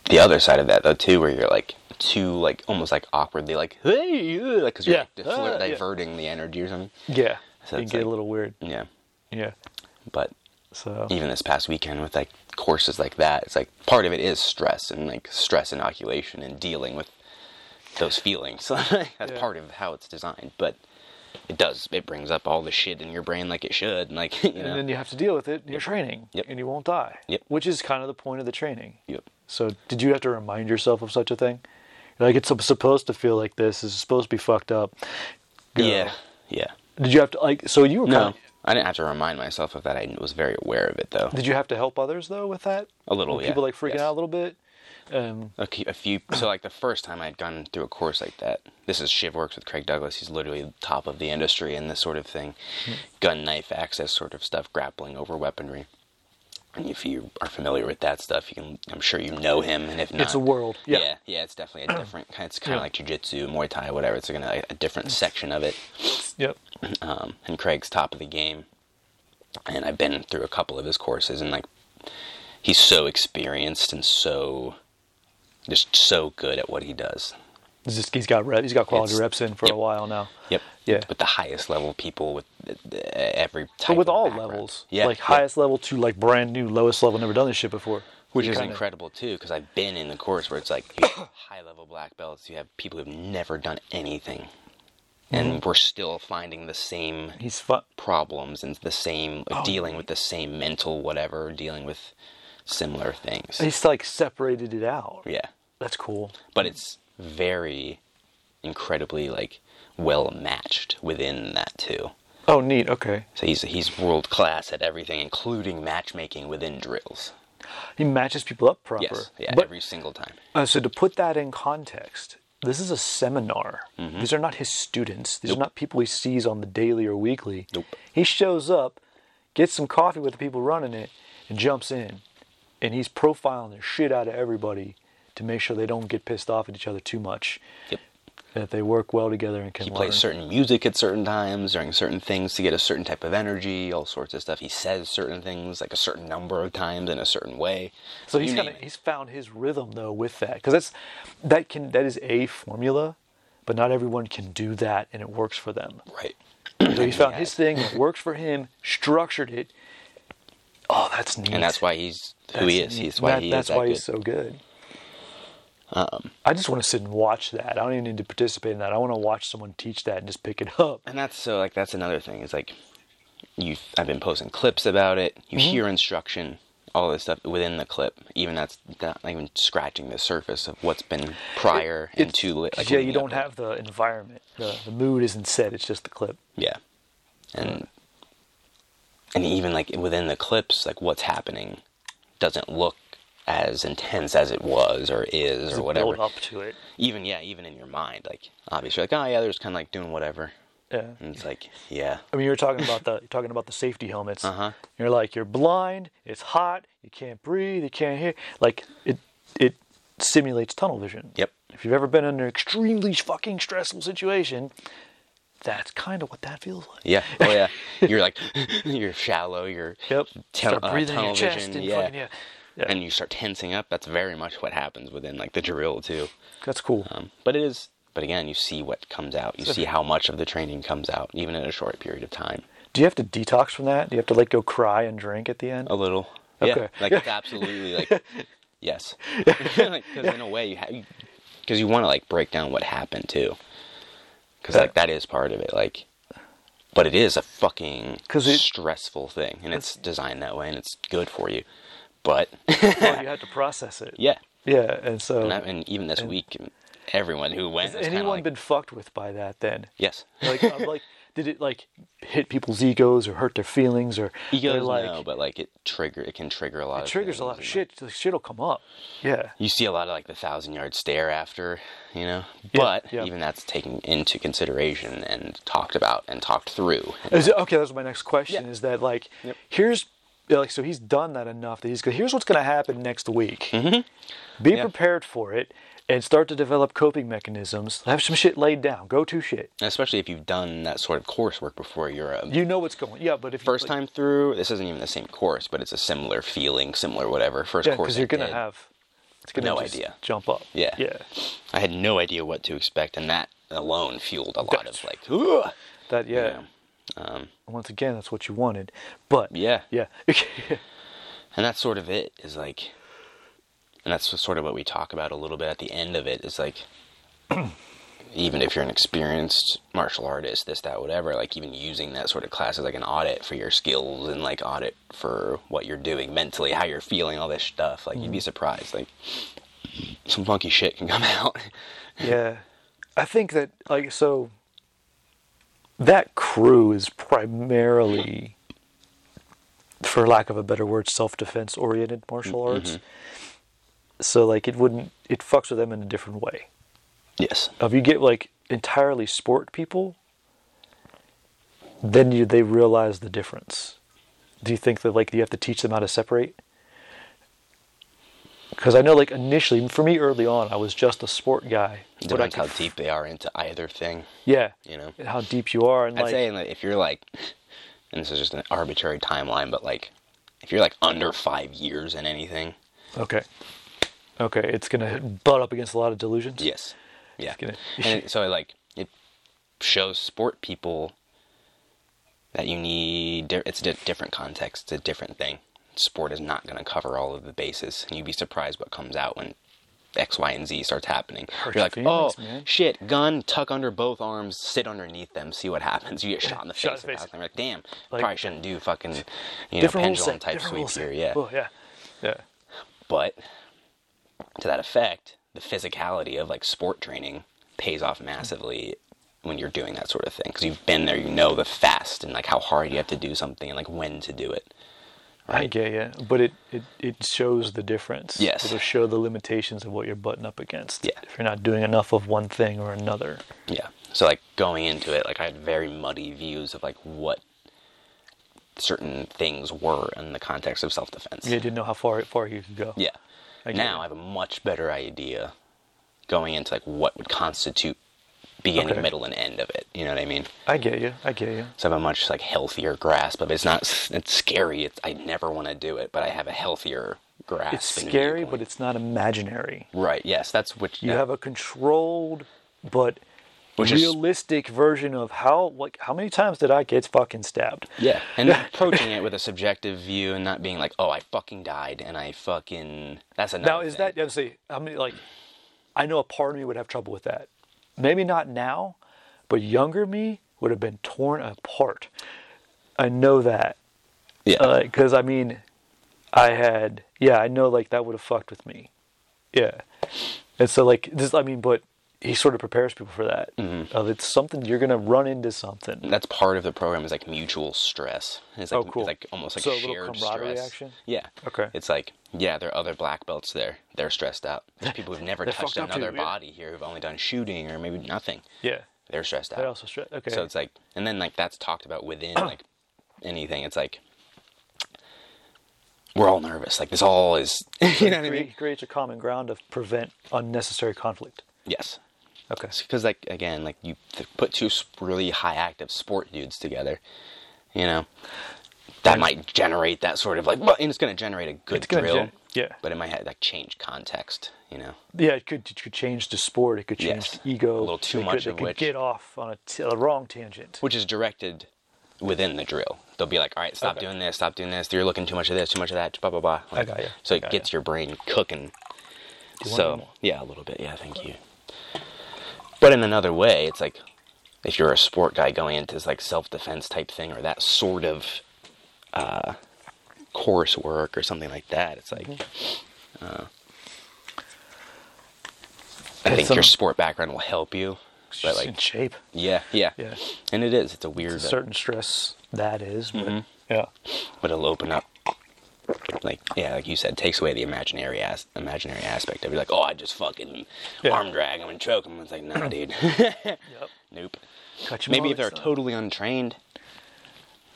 [SPEAKER 2] the other side of that though too, where you're like too like almost like awkwardly like hey because you're
[SPEAKER 1] Yeah.
[SPEAKER 2] like, defler-
[SPEAKER 1] Ah, yeah.
[SPEAKER 2] diverting the energy or something.
[SPEAKER 1] yeah,
[SPEAKER 2] So
[SPEAKER 1] it can
[SPEAKER 2] it's
[SPEAKER 1] get
[SPEAKER 2] like-
[SPEAKER 1] a little weird.
[SPEAKER 2] Yeah,
[SPEAKER 1] Yeah.
[SPEAKER 2] but
[SPEAKER 1] So
[SPEAKER 2] even this past weekend with like courses like that, it's like part of it is stress and like stress inoculation and dealing with those feelings. That's
[SPEAKER 1] Yeah.
[SPEAKER 2] part of how it's designed, but it does it brings up all the shit in your brain like it should, and like you know.
[SPEAKER 1] and then you have to deal with it in your training,
[SPEAKER 2] Yep.
[SPEAKER 1] and you won't die.
[SPEAKER 2] Yep.
[SPEAKER 1] Which is kind of the point of the training.
[SPEAKER 2] Yep.
[SPEAKER 1] So did you have to remind yourself of such a thing? Like it's supposed to feel like this. It's supposed to be fucked up. Go.
[SPEAKER 2] Yeah, yeah.
[SPEAKER 1] Did you have to like? So you were
[SPEAKER 2] No,
[SPEAKER 1] kind
[SPEAKER 2] I didn't have to remind myself of that. I was very aware of it though.
[SPEAKER 1] of, Did you have to help others though with that?
[SPEAKER 2] A little,
[SPEAKER 1] Were
[SPEAKER 2] yeah.
[SPEAKER 1] People like freaking
[SPEAKER 2] Yes.
[SPEAKER 1] out a little bit. Um,
[SPEAKER 2] a, ke- a few so like the first time i'd gone through a course like that this is shiv works with craig douglas he's literally top of the industry in this sort of thing
[SPEAKER 1] Hmm.
[SPEAKER 2] gun knife access sort of stuff grappling over weaponry and if you are familiar with that stuff you can i'm sure you know him and if not
[SPEAKER 1] It's a world, yeah.
[SPEAKER 2] yeah, yeah, it's definitely a different kind it's kind of like jiu-jitsu muay thai whatever it's gonna a
[SPEAKER 1] Hmm.
[SPEAKER 2] different section of it
[SPEAKER 1] yep.
[SPEAKER 2] um, and Craig's top of the game. And I've been through a couple of his courses, and like he's so experienced and so just so good at what he does.
[SPEAKER 1] It's just, he's got rep, he's got quality
[SPEAKER 2] It's-
[SPEAKER 1] reps in for
[SPEAKER 2] yep.
[SPEAKER 1] a while now.
[SPEAKER 2] Yep.
[SPEAKER 1] Yeah.
[SPEAKER 2] With the highest level people, with th- th- every type.
[SPEAKER 1] But with
[SPEAKER 2] of
[SPEAKER 1] all
[SPEAKER 2] background.
[SPEAKER 1] levels,
[SPEAKER 2] Yeah.
[SPEAKER 1] like
[SPEAKER 2] yeah.
[SPEAKER 1] highest level to like brand new, lowest level, never done this shit before.
[SPEAKER 2] which
[SPEAKER 1] You
[SPEAKER 2] is
[SPEAKER 1] kinda-
[SPEAKER 2] incredible too, because I've been in the course where it's like you have high level black belts, you have people who've never done anything,
[SPEAKER 1] Mm-hmm.
[SPEAKER 2] and we're still finding the same
[SPEAKER 1] He's fun.
[SPEAKER 2] problems and the same
[SPEAKER 1] Oh.
[SPEAKER 2] like, dealing with the same mental whatever, dealing with similar things.
[SPEAKER 1] He's like separated it out.
[SPEAKER 2] Yeah,
[SPEAKER 1] That's cool.
[SPEAKER 2] but it's very incredibly like well matched within that too.
[SPEAKER 1] Oh, neat. Okay.
[SPEAKER 2] So he's he's world class at everything, including matchmaking within drills.
[SPEAKER 1] He matches people up proper.
[SPEAKER 2] Yes, yeah,
[SPEAKER 1] But
[SPEAKER 2] every single time.
[SPEAKER 1] Uh, so to put that in context, this is a seminar.
[SPEAKER 2] Mm-hmm.
[SPEAKER 1] These are not his students. These are not people he sees on the daily or weekly.
[SPEAKER 2] Nope.
[SPEAKER 1] He shows up, gets some coffee with the people running it, and jumps in. And he's profiling the shit out of everybody to make sure they don't get pissed off at each other too much.
[SPEAKER 2] Yep.
[SPEAKER 1] That they work well together and can
[SPEAKER 2] He
[SPEAKER 1] learn.
[SPEAKER 2] plays certain music at certain times during certain things to get a certain type of energy, all sorts of stuff. He says certain things like a certain number of times in a certain way.
[SPEAKER 1] So he's
[SPEAKER 2] You
[SPEAKER 1] kind of
[SPEAKER 2] name it.
[SPEAKER 1] he's found his rhythm though with that because that's that can that is a formula, but not everyone can do that and it works for them.
[SPEAKER 2] right.
[SPEAKER 1] So he's found his thing that works for him, structured it. Oh, that's neat.
[SPEAKER 2] And that's why he's who he
[SPEAKER 1] That's
[SPEAKER 2] is.
[SPEAKER 1] neat.
[SPEAKER 2] He's why
[SPEAKER 1] That-
[SPEAKER 2] he
[SPEAKER 1] That's
[SPEAKER 2] is that
[SPEAKER 1] why
[SPEAKER 2] good.
[SPEAKER 1] he's so good. Um, I just want to sit and watch that. I don't even need to participate in that. I want to watch someone teach that and just pick it up.
[SPEAKER 2] and that's so like that's another thing. It's like you I've been posting clips about it. You
[SPEAKER 1] Mm-hmm.
[SPEAKER 2] hear instruction, all this stuff within the clip. Even that's not even scratching the surface of what's been prior and
[SPEAKER 1] It's-
[SPEAKER 2] too late. Like
[SPEAKER 1] yeah,
[SPEAKER 2] leading
[SPEAKER 1] you
[SPEAKER 2] up
[SPEAKER 1] don't
[SPEAKER 2] to it.
[SPEAKER 1] have the environment. The, the mood isn't set. It's just the clip.
[SPEAKER 2] Yeah. And and even like within the clips, like what's happening doesn't look as intense as it was or is or whatever.
[SPEAKER 1] Build up to it.
[SPEAKER 2] Even yeah, even in your mind, like obviously like, oh yeah, they're just kinda like doing whatever.
[SPEAKER 1] Yeah.
[SPEAKER 2] And it's like, yeah.
[SPEAKER 1] I mean, you were talking about the you're talking about the safety helmets.
[SPEAKER 2] Uh-huh.
[SPEAKER 1] You're like you're blind. It's hot. You can't breathe. You can't hear. Like it it simulates tunnel vision.
[SPEAKER 2] Yep.
[SPEAKER 1] If you've ever been in an extremely fucking stressful situation, that's kind of what that feels like.
[SPEAKER 2] Yeah. Oh yeah. You're like you're shallow, you're
[SPEAKER 1] Yep.
[SPEAKER 2] Tel-
[SPEAKER 1] Start
[SPEAKER 2] uh,
[SPEAKER 1] breathing in your
[SPEAKER 2] tunnel
[SPEAKER 1] chest
[SPEAKER 2] vision,
[SPEAKER 1] and
[SPEAKER 2] yeah.
[SPEAKER 1] fucking yeah. Yeah.
[SPEAKER 2] and you start tensing up. That's very much what happens within like the drill too.
[SPEAKER 1] that's cool.
[SPEAKER 2] Um, but it is but again, you see what comes out. You see how much of the training comes out, even in a short period of time.
[SPEAKER 1] Do you have to detox from that? Do you have to like go cry and drink at the end?
[SPEAKER 2] A little. Yeah.
[SPEAKER 1] Okay.
[SPEAKER 2] Like it's absolutely like yes. Because in a way you have because you want to like break down what happened too. Because like that is part of it. Like, but it is a fucking
[SPEAKER 1] 'Cause it-
[SPEAKER 2] stressful thing, and it's designed that way, and it's good for you. But
[SPEAKER 1] Well, you had to process it.
[SPEAKER 2] yeah,
[SPEAKER 1] Yeah, and so
[SPEAKER 2] and, I, and even this week, everyone who went
[SPEAKER 1] has
[SPEAKER 2] was kinda
[SPEAKER 1] anyone
[SPEAKER 2] like,
[SPEAKER 1] been fucked with by that then?
[SPEAKER 2] yes.
[SPEAKER 1] Like, I'm like, did it like hit people's egos or hurt their feelings or they're
[SPEAKER 2] Egos,
[SPEAKER 1] like
[SPEAKER 2] no, but like it trigger, it can trigger a lot.
[SPEAKER 1] it
[SPEAKER 2] of
[SPEAKER 1] triggers a
[SPEAKER 2] things
[SPEAKER 1] lot of
[SPEAKER 2] and,
[SPEAKER 1] shit. Like, shit'll come up. Yeah.
[SPEAKER 2] you see a lot of like the thousand yard stare after, you know.
[SPEAKER 1] Yeah,
[SPEAKER 2] but
[SPEAKER 1] yeah.
[SPEAKER 2] even that's taken into consideration and talked about and talked through.
[SPEAKER 1] Is it, okay, that's my next question.
[SPEAKER 2] Yeah.
[SPEAKER 1] Is that like here's like so he's done that enough that he's go- here's what's going to happen next week.
[SPEAKER 2] Mm-hmm.
[SPEAKER 1] Be prepared for it and start to develop coping mechanisms. Have some shit laid down. Go to shit.
[SPEAKER 2] Especially if you've done that sort of coursework before, you're a
[SPEAKER 1] You know what's going. Yeah, but if
[SPEAKER 2] first
[SPEAKER 1] you,
[SPEAKER 2] time through. This isn't even the same course, but it's a similar feeling, similar whatever. First
[SPEAKER 1] yeah,
[SPEAKER 2] course,
[SPEAKER 1] because you're
[SPEAKER 2] I
[SPEAKER 1] going to
[SPEAKER 2] did,
[SPEAKER 1] have it's going to
[SPEAKER 2] No
[SPEAKER 1] just
[SPEAKER 2] idea.
[SPEAKER 1] jump up.
[SPEAKER 2] Yeah.
[SPEAKER 1] Yeah.
[SPEAKER 2] I had no idea what to expect, and that alone fueled a lot
[SPEAKER 1] That's-
[SPEAKER 2] of like, "Ugh,"
[SPEAKER 1] That yeah.
[SPEAKER 2] you know? um,
[SPEAKER 1] Once again, that's what you wanted. But
[SPEAKER 2] Yeah.
[SPEAKER 1] Yeah.
[SPEAKER 2] and that's sort of it is like and that's sort of what we talk about a little bit at the end of it is like even if you're an experienced martial artist this that whatever like even using that sort of class as like an audit for your skills and like audit for what you're doing mentally how you're feeling all this stuff like you'd be surprised like some funky shit can come out
[SPEAKER 1] yeah. I think that like so that crew is primarily for lack of a better word self-defense oriented martial arts. So like it wouldn't it fucks with them in a different way.
[SPEAKER 2] yes
[SPEAKER 1] If you get like entirely sport people then you they realize the difference. Do you think that like you have to teach them how to separate? Because I know, like initially, for me early on, I was just a sport guy. but I
[SPEAKER 2] depends
[SPEAKER 1] could
[SPEAKER 2] how deep they are into either thing
[SPEAKER 1] Yeah.
[SPEAKER 2] you know?
[SPEAKER 1] And how deep you are and
[SPEAKER 2] I'd
[SPEAKER 1] like
[SPEAKER 2] say like, if you're like, and this is just an arbitrary timeline, but like, if you're like under five years in anything,
[SPEAKER 1] Okay. Okay, it's gonna butt up against a lot of delusions.
[SPEAKER 2] yes, yeah.
[SPEAKER 1] gonna-
[SPEAKER 2] and it- so like, it shows sport people that you need. di- It's a different context. It's a different thing. Sport is not going to cover all of the bases, and you'd be surprised what comes out when X, Y, and Z starts happening.
[SPEAKER 1] Hurt
[SPEAKER 2] You're like,
[SPEAKER 1] your feelings,
[SPEAKER 2] oh
[SPEAKER 1] man."
[SPEAKER 2] shit, gun, tuck under both arms, sit underneath them, see what happens. You get shot in the
[SPEAKER 1] Shot
[SPEAKER 2] face.
[SPEAKER 1] in the
[SPEAKER 2] about
[SPEAKER 1] face.
[SPEAKER 2] it. I'm like, damn,
[SPEAKER 1] Like-
[SPEAKER 2] probably shouldn't do fucking, you know,
[SPEAKER 1] Different rule
[SPEAKER 2] pendulum
[SPEAKER 1] set.
[SPEAKER 2] type
[SPEAKER 1] different rule
[SPEAKER 2] sweep here.
[SPEAKER 1] set.
[SPEAKER 2] Yeah,
[SPEAKER 1] Well, yeah. Yeah.
[SPEAKER 2] but to that effect, the physicality of like sport training pays off massively when you're doing that sort of thing because you've been there, you know the fast and like how hard you have to do something and like when to do it.
[SPEAKER 1] I get you, but it, it, it shows the difference.
[SPEAKER 2] Yes.
[SPEAKER 1] It'll show the limitations of what you're butting up against.
[SPEAKER 2] Yeah.
[SPEAKER 1] If you're not doing enough of one thing or another.
[SPEAKER 2] Yeah. So like going into it, like I had very muddy views of like what certain things were in the context of self defense.
[SPEAKER 1] You didn't know how far far you could go.
[SPEAKER 2] Yeah.
[SPEAKER 1] I get
[SPEAKER 2] now
[SPEAKER 1] it.
[SPEAKER 2] I have a much better idea going into like what would constitute beginning,
[SPEAKER 1] Okay.
[SPEAKER 2] middle, and end of it. You know what I mean?
[SPEAKER 1] I get you. I get you.
[SPEAKER 2] So I have a much like healthier grasp of it. It's not it's scary. It's I never want to do it, but I have a healthier grasp.
[SPEAKER 1] It's
[SPEAKER 2] and
[SPEAKER 1] scary,
[SPEAKER 2] viewpoint.
[SPEAKER 1] but it's not imaginary.
[SPEAKER 2] right. Yes, that's what
[SPEAKER 1] You have a controlled but
[SPEAKER 2] Which is-
[SPEAKER 1] realistic version of how like how many times did I get fucking stabbed?
[SPEAKER 2] Yeah, and approaching it with a subjective view and not being like, "Oh, I fucking died," and I fucking that's another.
[SPEAKER 1] Now is
[SPEAKER 2] thing.
[SPEAKER 1] that I'm saying how many like I know a part of me would have trouble with that. Maybe not now, but younger me would have been torn apart. I know that. uh,
[SPEAKER 2] yeah?
[SPEAKER 1] because I mean, I had yeah, I know like that would have fucked with me, yeah, and so like this, I mean, but he sort of prepares people for that.
[SPEAKER 2] Mm-hmm.
[SPEAKER 1] Of it's something you're gonna run into something.
[SPEAKER 2] that's part of the program is like mutual stress. It's like,
[SPEAKER 1] Oh, cool.
[SPEAKER 2] It's like almost like
[SPEAKER 1] So a little
[SPEAKER 2] shared
[SPEAKER 1] camaraderie
[SPEAKER 2] stress.
[SPEAKER 1] action?
[SPEAKER 2] Yeah.
[SPEAKER 1] Okay.
[SPEAKER 2] It's like yeah, there are other black belts there. They're stressed out. There's people who've never
[SPEAKER 1] They're
[SPEAKER 2] touched
[SPEAKER 1] fucked up too,
[SPEAKER 2] another
[SPEAKER 1] yeah.
[SPEAKER 2] body here who've only done shooting or maybe nothing.
[SPEAKER 1] Yeah,
[SPEAKER 2] They're stressed out.
[SPEAKER 1] that also stress. Okay,
[SPEAKER 2] So it's like, and then like that's talked about within like anything. It's like we're all nervous. Like this all is. you know what I mean?
[SPEAKER 1] Create- creates a common ground of prevent unnecessary conflict.
[SPEAKER 2] Yes.
[SPEAKER 1] Okay,
[SPEAKER 2] because like again like you th- put two s- really high active sport dudes together you know that might generate that sort of like but- and it's going to generate a good
[SPEAKER 1] It's gonna
[SPEAKER 2] drill
[SPEAKER 1] gen- yeah.
[SPEAKER 2] but it might have, like change context you know
[SPEAKER 1] yeah, it could, it could change the sport. It could change
[SPEAKER 2] Yes.
[SPEAKER 1] the ego.
[SPEAKER 2] A little too
[SPEAKER 1] It
[SPEAKER 2] much
[SPEAKER 1] Could, they
[SPEAKER 2] of
[SPEAKER 1] could
[SPEAKER 2] which-
[SPEAKER 1] get off on a, t- a wrong tangent.
[SPEAKER 2] which is directed within the drill they'll be like all right stop
[SPEAKER 1] Okay.
[SPEAKER 2] doing this stop doing this you're looking too much of this too much of that blah blah blah like,
[SPEAKER 1] got ya.
[SPEAKER 2] so it
[SPEAKER 1] Got
[SPEAKER 2] gets your brain cooking
[SPEAKER 1] you want any
[SPEAKER 2] so
[SPEAKER 1] more?
[SPEAKER 2] yeah a little bit yeah thank you but in another way it's like if you're a sport guy going into this like self-defense type thing or that sort of uh, coursework or something like that it's like
[SPEAKER 1] Mm-hmm.
[SPEAKER 2] uh, i
[SPEAKER 1] It's,
[SPEAKER 2] think
[SPEAKER 1] um,
[SPEAKER 2] your sport background will help you but
[SPEAKER 1] Just in
[SPEAKER 2] like
[SPEAKER 1] shape,
[SPEAKER 2] yeah yeah
[SPEAKER 1] Yeah.
[SPEAKER 2] and it is it's a weird uh,
[SPEAKER 1] certain stress that is, but
[SPEAKER 2] Mm-hmm.
[SPEAKER 1] yeah,
[SPEAKER 2] but it'll open up like yeah like you said takes away the imaginary as- imaginary aspect of it like oh i just fucking
[SPEAKER 1] Yeah.
[SPEAKER 2] arm drag him and choke him it's like nah dude nope
[SPEAKER 1] Cut your
[SPEAKER 2] maybe if they're
[SPEAKER 1] mullet, son.
[SPEAKER 2] totally untrained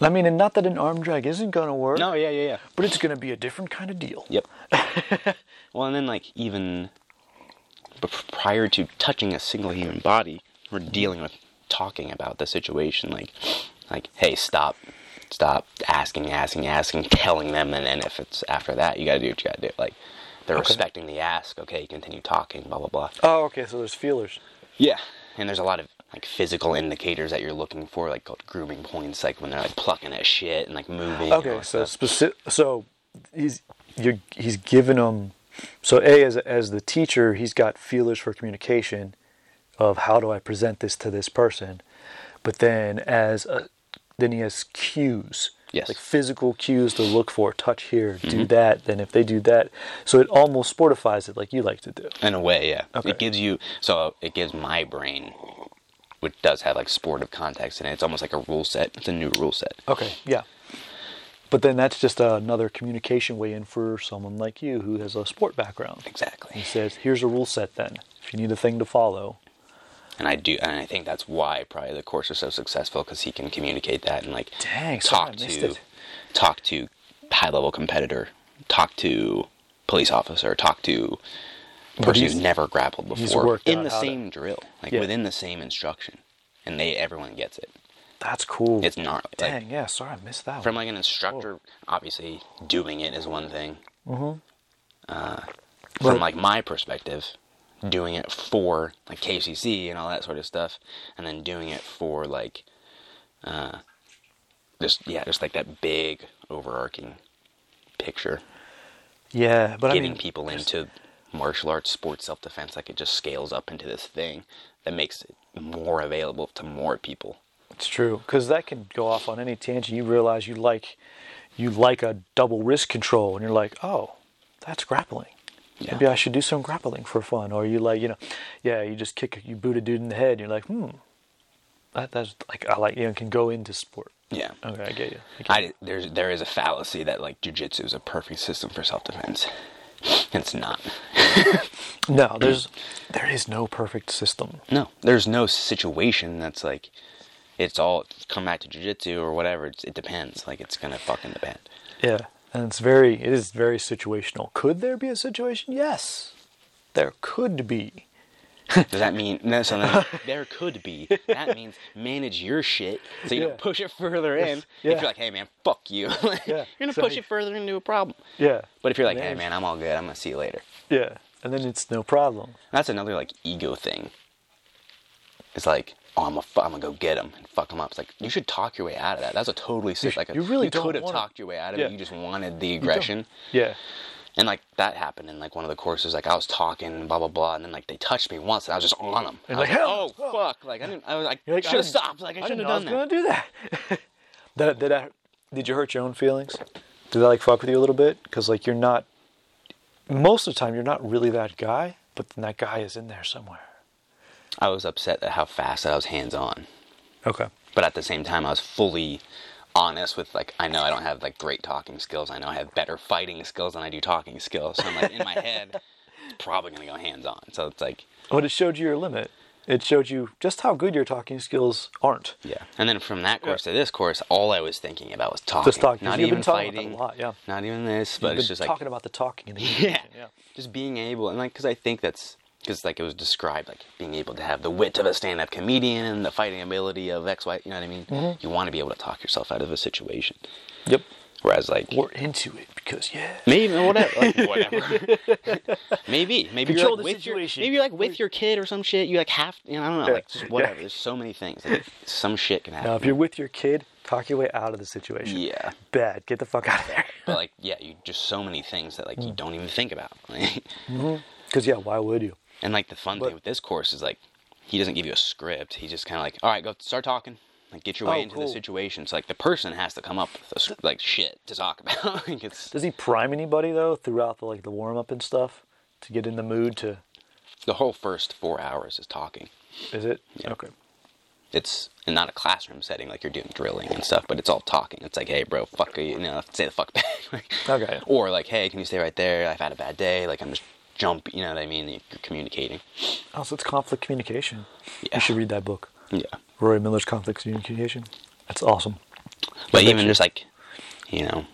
[SPEAKER 1] I mean, and not that an arm drag isn't going to work.
[SPEAKER 2] no yeah yeah yeah
[SPEAKER 1] But it's going to be a different kind of deal.
[SPEAKER 2] yep well and then like even but prior to touching a single human body we're dealing with talking about the situation like like hey stop stop asking asking asking telling them and then if it's after that you gotta do what you gotta do like they're respecting the ask okay you continue talking blah blah blah
[SPEAKER 1] Oh, okay. So there's feelers.
[SPEAKER 2] Yeah, and there's a lot of like physical indicators that you're looking for, like called grooming points, like when they're like plucking at shit and like moving. and all
[SPEAKER 1] Okay.
[SPEAKER 2] that
[SPEAKER 1] So
[SPEAKER 2] stuff.
[SPEAKER 1] specific. So he's you're, he's given them. So a as as the teacher, he's got feelers for communication of how do I present this to this person, but then as a, then he has cues.
[SPEAKER 2] Yes.
[SPEAKER 1] Like physical cues to look for, touch here, do that. Then if they do that, so it almost sportifies it, like you like to do.
[SPEAKER 2] in a way, yeah,
[SPEAKER 1] Okay.
[SPEAKER 2] it gives you so it gives my brain, which does have like sportive context in it. It's almost like a rule set. It's a new rule set.
[SPEAKER 1] Okay, yeah. But then that's just another communication way in for someone like you who has a sport background. He
[SPEAKER 2] Exactly,
[SPEAKER 1] says, here's a rule set then. If you need a thing to follow,
[SPEAKER 2] and I do, and I think that's why probably the course is so successful because he can communicate that and like
[SPEAKER 1] Dang, sorry,
[SPEAKER 2] talk
[SPEAKER 1] I missed
[SPEAKER 2] to
[SPEAKER 1] it.
[SPEAKER 2] talk to high level competitor, talk to police officer, talk to
[SPEAKER 1] But
[SPEAKER 2] person
[SPEAKER 1] he's-
[SPEAKER 2] who's never grappled before
[SPEAKER 1] he's worked
[SPEAKER 2] in
[SPEAKER 1] out
[SPEAKER 2] the
[SPEAKER 1] how to-
[SPEAKER 2] same drill, like
[SPEAKER 1] Yeah.
[SPEAKER 2] within the same instruction, and they everyone gets it.
[SPEAKER 1] that's cool.
[SPEAKER 2] It's gnarly. Like,
[SPEAKER 1] Dang, yeah, sorry, I missed that
[SPEAKER 2] From
[SPEAKER 1] one.
[SPEAKER 2] like an instructor, obviously doing it is one thing. Mm-hmm. Uh,
[SPEAKER 1] But-
[SPEAKER 2] from like my perspective, doing it for like KCC and all that sort of stuff, and then doing it for like, uh, just yeah, just like that big overarching picture,
[SPEAKER 1] yeah, but I
[SPEAKER 2] getting
[SPEAKER 1] mean,
[SPEAKER 2] people into martial arts, sports, self defense, like it just scales up into this thing that makes it more available to more people.
[SPEAKER 1] It's true because that can go off on any tangent. You realize you like, you like a double wrist control, and you're like, oh, that's grappling.
[SPEAKER 2] Yeah.
[SPEAKER 1] Maybe I should do some grappling for fun. Or you like, you know, yeah, you just kick, you boot a dude in the head. And you're like, hmm, that, that's like I like. You know, can go into sport.
[SPEAKER 2] Yeah.
[SPEAKER 1] Okay, I get you. I get
[SPEAKER 2] I, there's, there is a fallacy that like jujitsu is a perfect system for self defense. It's not.
[SPEAKER 1] No, there's there is no perfect system.
[SPEAKER 2] No, there's no situation that's like it's all come back to jujitsu or whatever. It's, it depends. Like it's gonna fucking depend.
[SPEAKER 1] Yeah, and it's very it is very situational. Could there be a situation? Yes, there could be.
[SPEAKER 2] Does that mean no? So then there could be. That means manage your shit so you
[SPEAKER 1] Yeah.
[SPEAKER 2] don't push it further in.
[SPEAKER 1] yeah.
[SPEAKER 2] If you're like, hey man, fuck you,
[SPEAKER 1] Yeah,
[SPEAKER 2] you're gonna
[SPEAKER 1] so
[SPEAKER 2] push
[SPEAKER 1] you-
[SPEAKER 2] it further into a problem.
[SPEAKER 1] Yeah,
[SPEAKER 2] But if you're like, hey
[SPEAKER 1] Manage-
[SPEAKER 2] man, I'm all good. I'm gonna see you later.
[SPEAKER 1] yeah, and then it's no problem.
[SPEAKER 2] That's another like ego thing. It's like, oh, I'm a, fu- I'm gonna go get him and fuck him up. It's like you should talk your way out of that. That's a totally sick.
[SPEAKER 1] sh-
[SPEAKER 2] Like a,
[SPEAKER 1] you really don't
[SPEAKER 2] could have
[SPEAKER 1] wanna-
[SPEAKER 2] talked your way out of
[SPEAKER 1] Yeah.
[SPEAKER 2] it. You just wanted the aggression.
[SPEAKER 1] Yeah,
[SPEAKER 2] And like that happened in like one of the courses. Like I was talking and blah blah blah, and then like they touched me once, and I was just on them.
[SPEAKER 1] And
[SPEAKER 2] I was
[SPEAKER 1] like,
[SPEAKER 2] like,
[SPEAKER 1] "Hell,
[SPEAKER 2] oh fuck! Like I didn't. I was like,
[SPEAKER 1] You're like, I
[SPEAKER 2] should have
[SPEAKER 1] didn't-
[SPEAKER 2] stopped. Like I should
[SPEAKER 1] didn't
[SPEAKER 2] have
[SPEAKER 1] know
[SPEAKER 2] done that.
[SPEAKER 1] I was gonna do that. did, did, I, did you hurt your own feelings? Did that like fuck with you a little bit? Because like you're not most of the time you're not really that guy, but then that guy is in there somewhere.
[SPEAKER 2] I was upset at how fast I was hands on,
[SPEAKER 1] Okay.
[SPEAKER 2] but at the same time, I was fully honest with like I know I don't have like great talking skills. I know I have better fighting skills than I do talking skills. So I'm like in my head, it's probably gonna go hands on. So it's like
[SPEAKER 1] But it showed you your limit. It showed you just how good your talking skills aren't.
[SPEAKER 2] yeah. And then from that course to this course, all I was thinking about was talking,
[SPEAKER 1] Just talking.
[SPEAKER 2] not
[SPEAKER 1] You've
[SPEAKER 2] even
[SPEAKER 1] been talking about that
[SPEAKER 2] fighting,
[SPEAKER 1] a lot, yeah.
[SPEAKER 2] not even this,
[SPEAKER 1] You've
[SPEAKER 2] but it's
[SPEAKER 1] been
[SPEAKER 2] just like
[SPEAKER 1] talking about the talking and the
[SPEAKER 2] yeah.
[SPEAKER 1] yeah.
[SPEAKER 2] Just being able, and like, because I think that's, because like it was described, like being able to have the wit of a stand up comedian, the fighting ability of X, Y, you know what I mean?
[SPEAKER 1] Mm-hmm.
[SPEAKER 2] You want to be able to talk yourself out of a situation.
[SPEAKER 1] Yep.
[SPEAKER 2] Whereas, like,
[SPEAKER 1] We're into it because yeah.
[SPEAKER 2] maybe, whatever. Like, whatever. maybe. Maybe you're,
[SPEAKER 1] Control
[SPEAKER 2] like,
[SPEAKER 1] the
[SPEAKER 2] with your,
[SPEAKER 1] situation.
[SPEAKER 2] maybe you're like with your kid or some shit. You like have, you know, I don't know, like just
[SPEAKER 1] Yeah.
[SPEAKER 2] whatever. There's so many things. Like, some shit can happen.
[SPEAKER 1] Now, if you're with your kid, talk your way out of the situation.
[SPEAKER 2] Yeah.
[SPEAKER 1] Bad. Get the fuck out of there.
[SPEAKER 2] But like, yeah, you just so many things that like
[SPEAKER 1] Hmm.
[SPEAKER 2] you don't even think about. Like,
[SPEAKER 1] Because yeah, why would you?
[SPEAKER 2] And like the fun
[SPEAKER 1] But-
[SPEAKER 2] thing with this course is like he doesn't give you a script. He's just kind of like, all right, go start talking. Like get your way
[SPEAKER 1] Oh,
[SPEAKER 2] into
[SPEAKER 1] cool.
[SPEAKER 2] the situation. So like the person has to come up with a, sc- like shit to talk about. like it's
[SPEAKER 1] Does he prime anybody though throughout the like the warm up and stuff to get in the mood to?
[SPEAKER 2] the whole first four hours is talking.
[SPEAKER 1] Is it okay?
[SPEAKER 2] It's not a classroom setting like you're doing drilling and stuff, but it's all talking. It's like, hey, bro, fuck you, you know, say the fuck back. like,
[SPEAKER 1] Okay.
[SPEAKER 2] Or like, hey, can you stay right there? I've had a bad day. Like I'm just jump. You know what I mean? You're communicating.
[SPEAKER 1] Also, it's conflict communication.
[SPEAKER 2] Yeah.
[SPEAKER 1] You should read that book,
[SPEAKER 2] Yeah.
[SPEAKER 1] Roy Miller's Conflict Communication. That's awesome.
[SPEAKER 2] But
[SPEAKER 1] Like-
[SPEAKER 2] even just like, you know,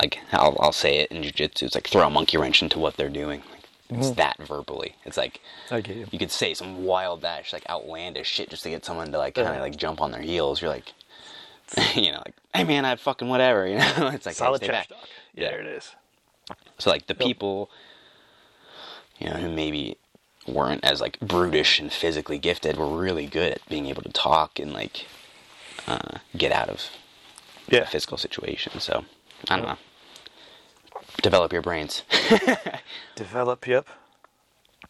[SPEAKER 2] like I'll, I'll say it in jujitsu, it's like throw a monkey wrench into what they're doing. Like, it's that verbally. It's like
[SPEAKER 1] I get you.
[SPEAKER 2] you could say some wild dash, like outlandish shit, just to get someone to like kind
[SPEAKER 1] Yeah.
[SPEAKER 2] of like jump on their heels. You're like, you know, like hey man, I fucking whatever. You know, it's like hey,
[SPEAKER 1] Solid
[SPEAKER 2] stay
[SPEAKER 1] trash
[SPEAKER 2] back.
[SPEAKER 1] talk.
[SPEAKER 2] Yeah.
[SPEAKER 1] There it is.
[SPEAKER 2] So like the people, you know, who maybe weren't as like brutish and physically gifted were really good at being able to talk and like uh, get out of
[SPEAKER 1] Yeah.
[SPEAKER 2] a physical situation. So I don't know. Develop your brains
[SPEAKER 1] Develop. Yep.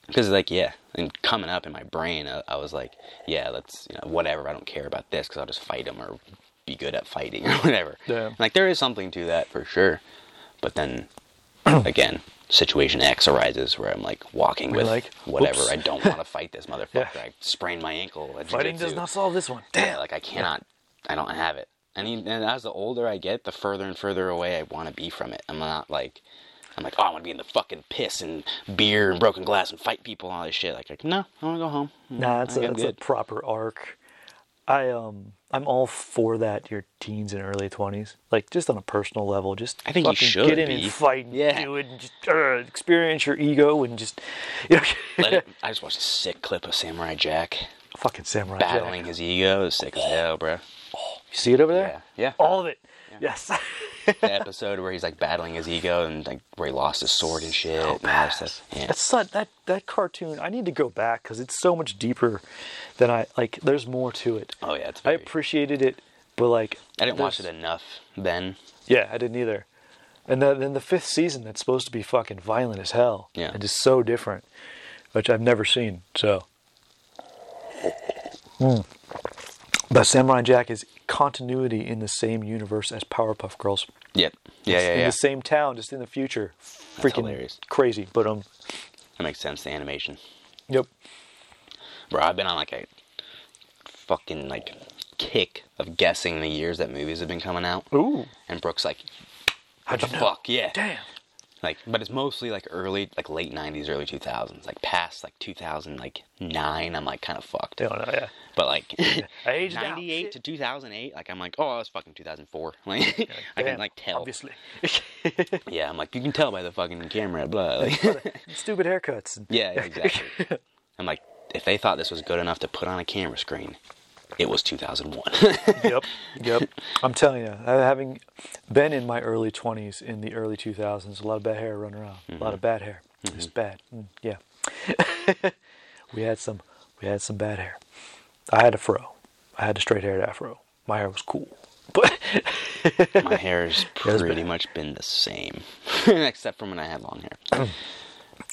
[SPEAKER 2] because like yeah, and coming up in my brain, I, I was like, yeah, let's you know whatever. I don't care about this because I'll just fight them or be good at fighting or whatever.
[SPEAKER 1] Yeah.
[SPEAKER 2] Like there is something to that for sure, but then again. Situation X arises where I'm like walking
[SPEAKER 1] We're
[SPEAKER 2] with
[SPEAKER 1] like,
[SPEAKER 2] whatever.
[SPEAKER 1] "Oops."
[SPEAKER 2] I don't want to fight this motherfucker.
[SPEAKER 1] Yeah.
[SPEAKER 2] I sprained my ankle. At
[SPEAKER 1] Fighting does
[SPEAKER 2] jujitsu.
[SPEAKER 1] not solve this one.
[SPEAKER 2] Yeah, like I cannot. I don't have it. And, e- and as the older I get, the further and further away I want to be from it. I'm not like, I'm like, oh, I want to be in the fucking piss and beer and broken glass and fight people and all this shit. Like, like no, I want to go home.
[SPEAKER 1] Nah, that's, a,
[SPEAKER 2] I got
[SPEAKER 1] that's a
[SPEAKER 2] good.
[SPEAKER 1] proper arc. I um, I'm all for that. Your teens and early twenties, like just on a personal level, just
[SPEAKER 2] I think you
[SPEAKER 1] fucking
[SPEAKER 2] should
[SPEAKER 1] get in
[SPEAKER 2] be.
[SPEAKER 1] and fight, and
[SPEAKER 2] Yeah.
[SPEAKER 1] do it, and just uh, experience your ego, and just you know,
[SPEAKER 2] Let it, I just watched a sick clip of Samurai Jack
[SPEAKER 1] fucking samurai. Jack.
[SPEAKER 2] battling his ego. It was sick as hell, bro.
[SPEAKER 1] You see it over
[SPEAKER 2] Yeah,
[SPEAKER 1] there?
[SPEAKER 2] yeah.
[SPEAKER 1] All of it. Yes.
[SPEAKER 2] The episode where he's like battling his ego and like where he lost his sword and shit and all that stuff. Yeah.
[SPEAKER 1] Oh, That's such, that that cartoon. I need to go back because it's so much deeper than I like. There's more to it.
[SPEAKER 2] Oh yeah,
[SPEAKER 1] I
[SPEAKER 2] it's. Very, I,
[SPEAKER 1] appreciated it, but like
[SPEAKER 2] didn't watch it
[SPEAKER 1] there's-
[SPEAKER 2] enough then.
[SPEAKER 1] Yeah, I didn't either. And the, then the fifth season that's supposed to be fucking violent as hell.
[SPEAKER 2] Yeah.
[SPEAKER 1] And just so different, which I've never seen. So. Mm. But Samurai Jack is continuity in the same universe as Powerpuff Girls.
[SPEAKER 2] Yep. Yeah, yeah,
[SPEAKER 1] in
[SPEAKER 2] yeah.
[SPEAKER 1] the same town, just in the future. Freaking
[SPEAKER 2] hilarious.
[SPEAKER 1] crazy. But um,
[SPEAKER 2] That makes sense. The animation.
[SPEAKER 1] yep.
[SPEAKER 2] Bro, I've been on like a fucking like kick of guessing the years that movies have been coming out.
[SPEAKER 1] Ooh.
[SPEAKER 2] And Brooks like,
[SPEAKER 1] How'd
[SPEAKER 2] the
[SPEAKER 1] you know?
[SPEAKER 2] fuck? Yeah.
[SPEAKER 1] Damn.
[SPEAKER 2] Like, but it's mostly like early, like late '90s, early 2000s. Like past like 2000, like nine, I'm like kind of fucked.
[SPEAKER 1] They don't know. Yeah.
[SPEAKER 2] But like
[SPEAKER 1] I aged out,
[SPEAKER 2] 98
[SPEAKER 1] shit.
[SPEAKER 2] to 2008, like I'm like, oh, I was fucking 2004. Like I can
[SPEAKER 1] Damn,
[SPEAKER 2] like tell.
[SPEAKER 1] Obviously.
[SPEAKER 2] Yeah, I'm like you can tell by the fucking camera, blah. Like,
[SPEAKER 1] Stupid haircuts. And
[SPEAKER 2] yeah, yeah, exactly. I'm like, if they thought this was good enough to put on a camera screen, it was 2001.
[SPEAKER 1] yep, yep. I'm telling you, I- having been in my early 20s, in the early 2000s, a lot of bad hair running around, a lot of bad hair. It's bad. Mm, yeah, we had some, we had some bad hair. I had a fro. I had a straight haired afro. My hair was cool, but
[SPEAKER 2] My hair has
[SPEAKER 1] was
[SPEAKER 2] pretty
[SPEAKER 1] bad.
[SPEAKER 2] much been the same, except for when I had long hair.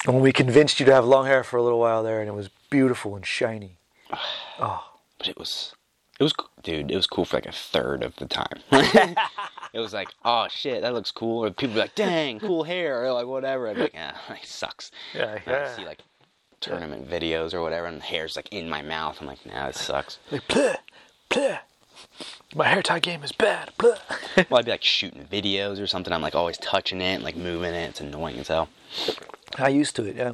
[SPEAKER 1] when we convinced you to have long hair for a little while there, and it was beautiful and shiny.
[SPEAKER 2] But it was, it was, co- dude, it was cool for like a third of the time. it was like, oh shit, that looks cool. Or people were like, dang, cool hair, or like whatever. I'd be like, ah, like, sucks.
[SPEAKER 1] Yeah,
[SPEAKER 2] And
[SPEAKER 1] yeah.
[SPEAKER 2] I see like tournament videos or whatever, and the hair's like in my mouth. I'm like, nah, this sucks.
[SPEAKER 1] Like pleh, pleh. My hair tie game is bad. Pleh.
[SPEAKER 2] well, I'd be like shooting videos or something. I'm like always touching it, and, like moving it. It's annoying as hell.
[SPEAKER 1] I used to it, yeah.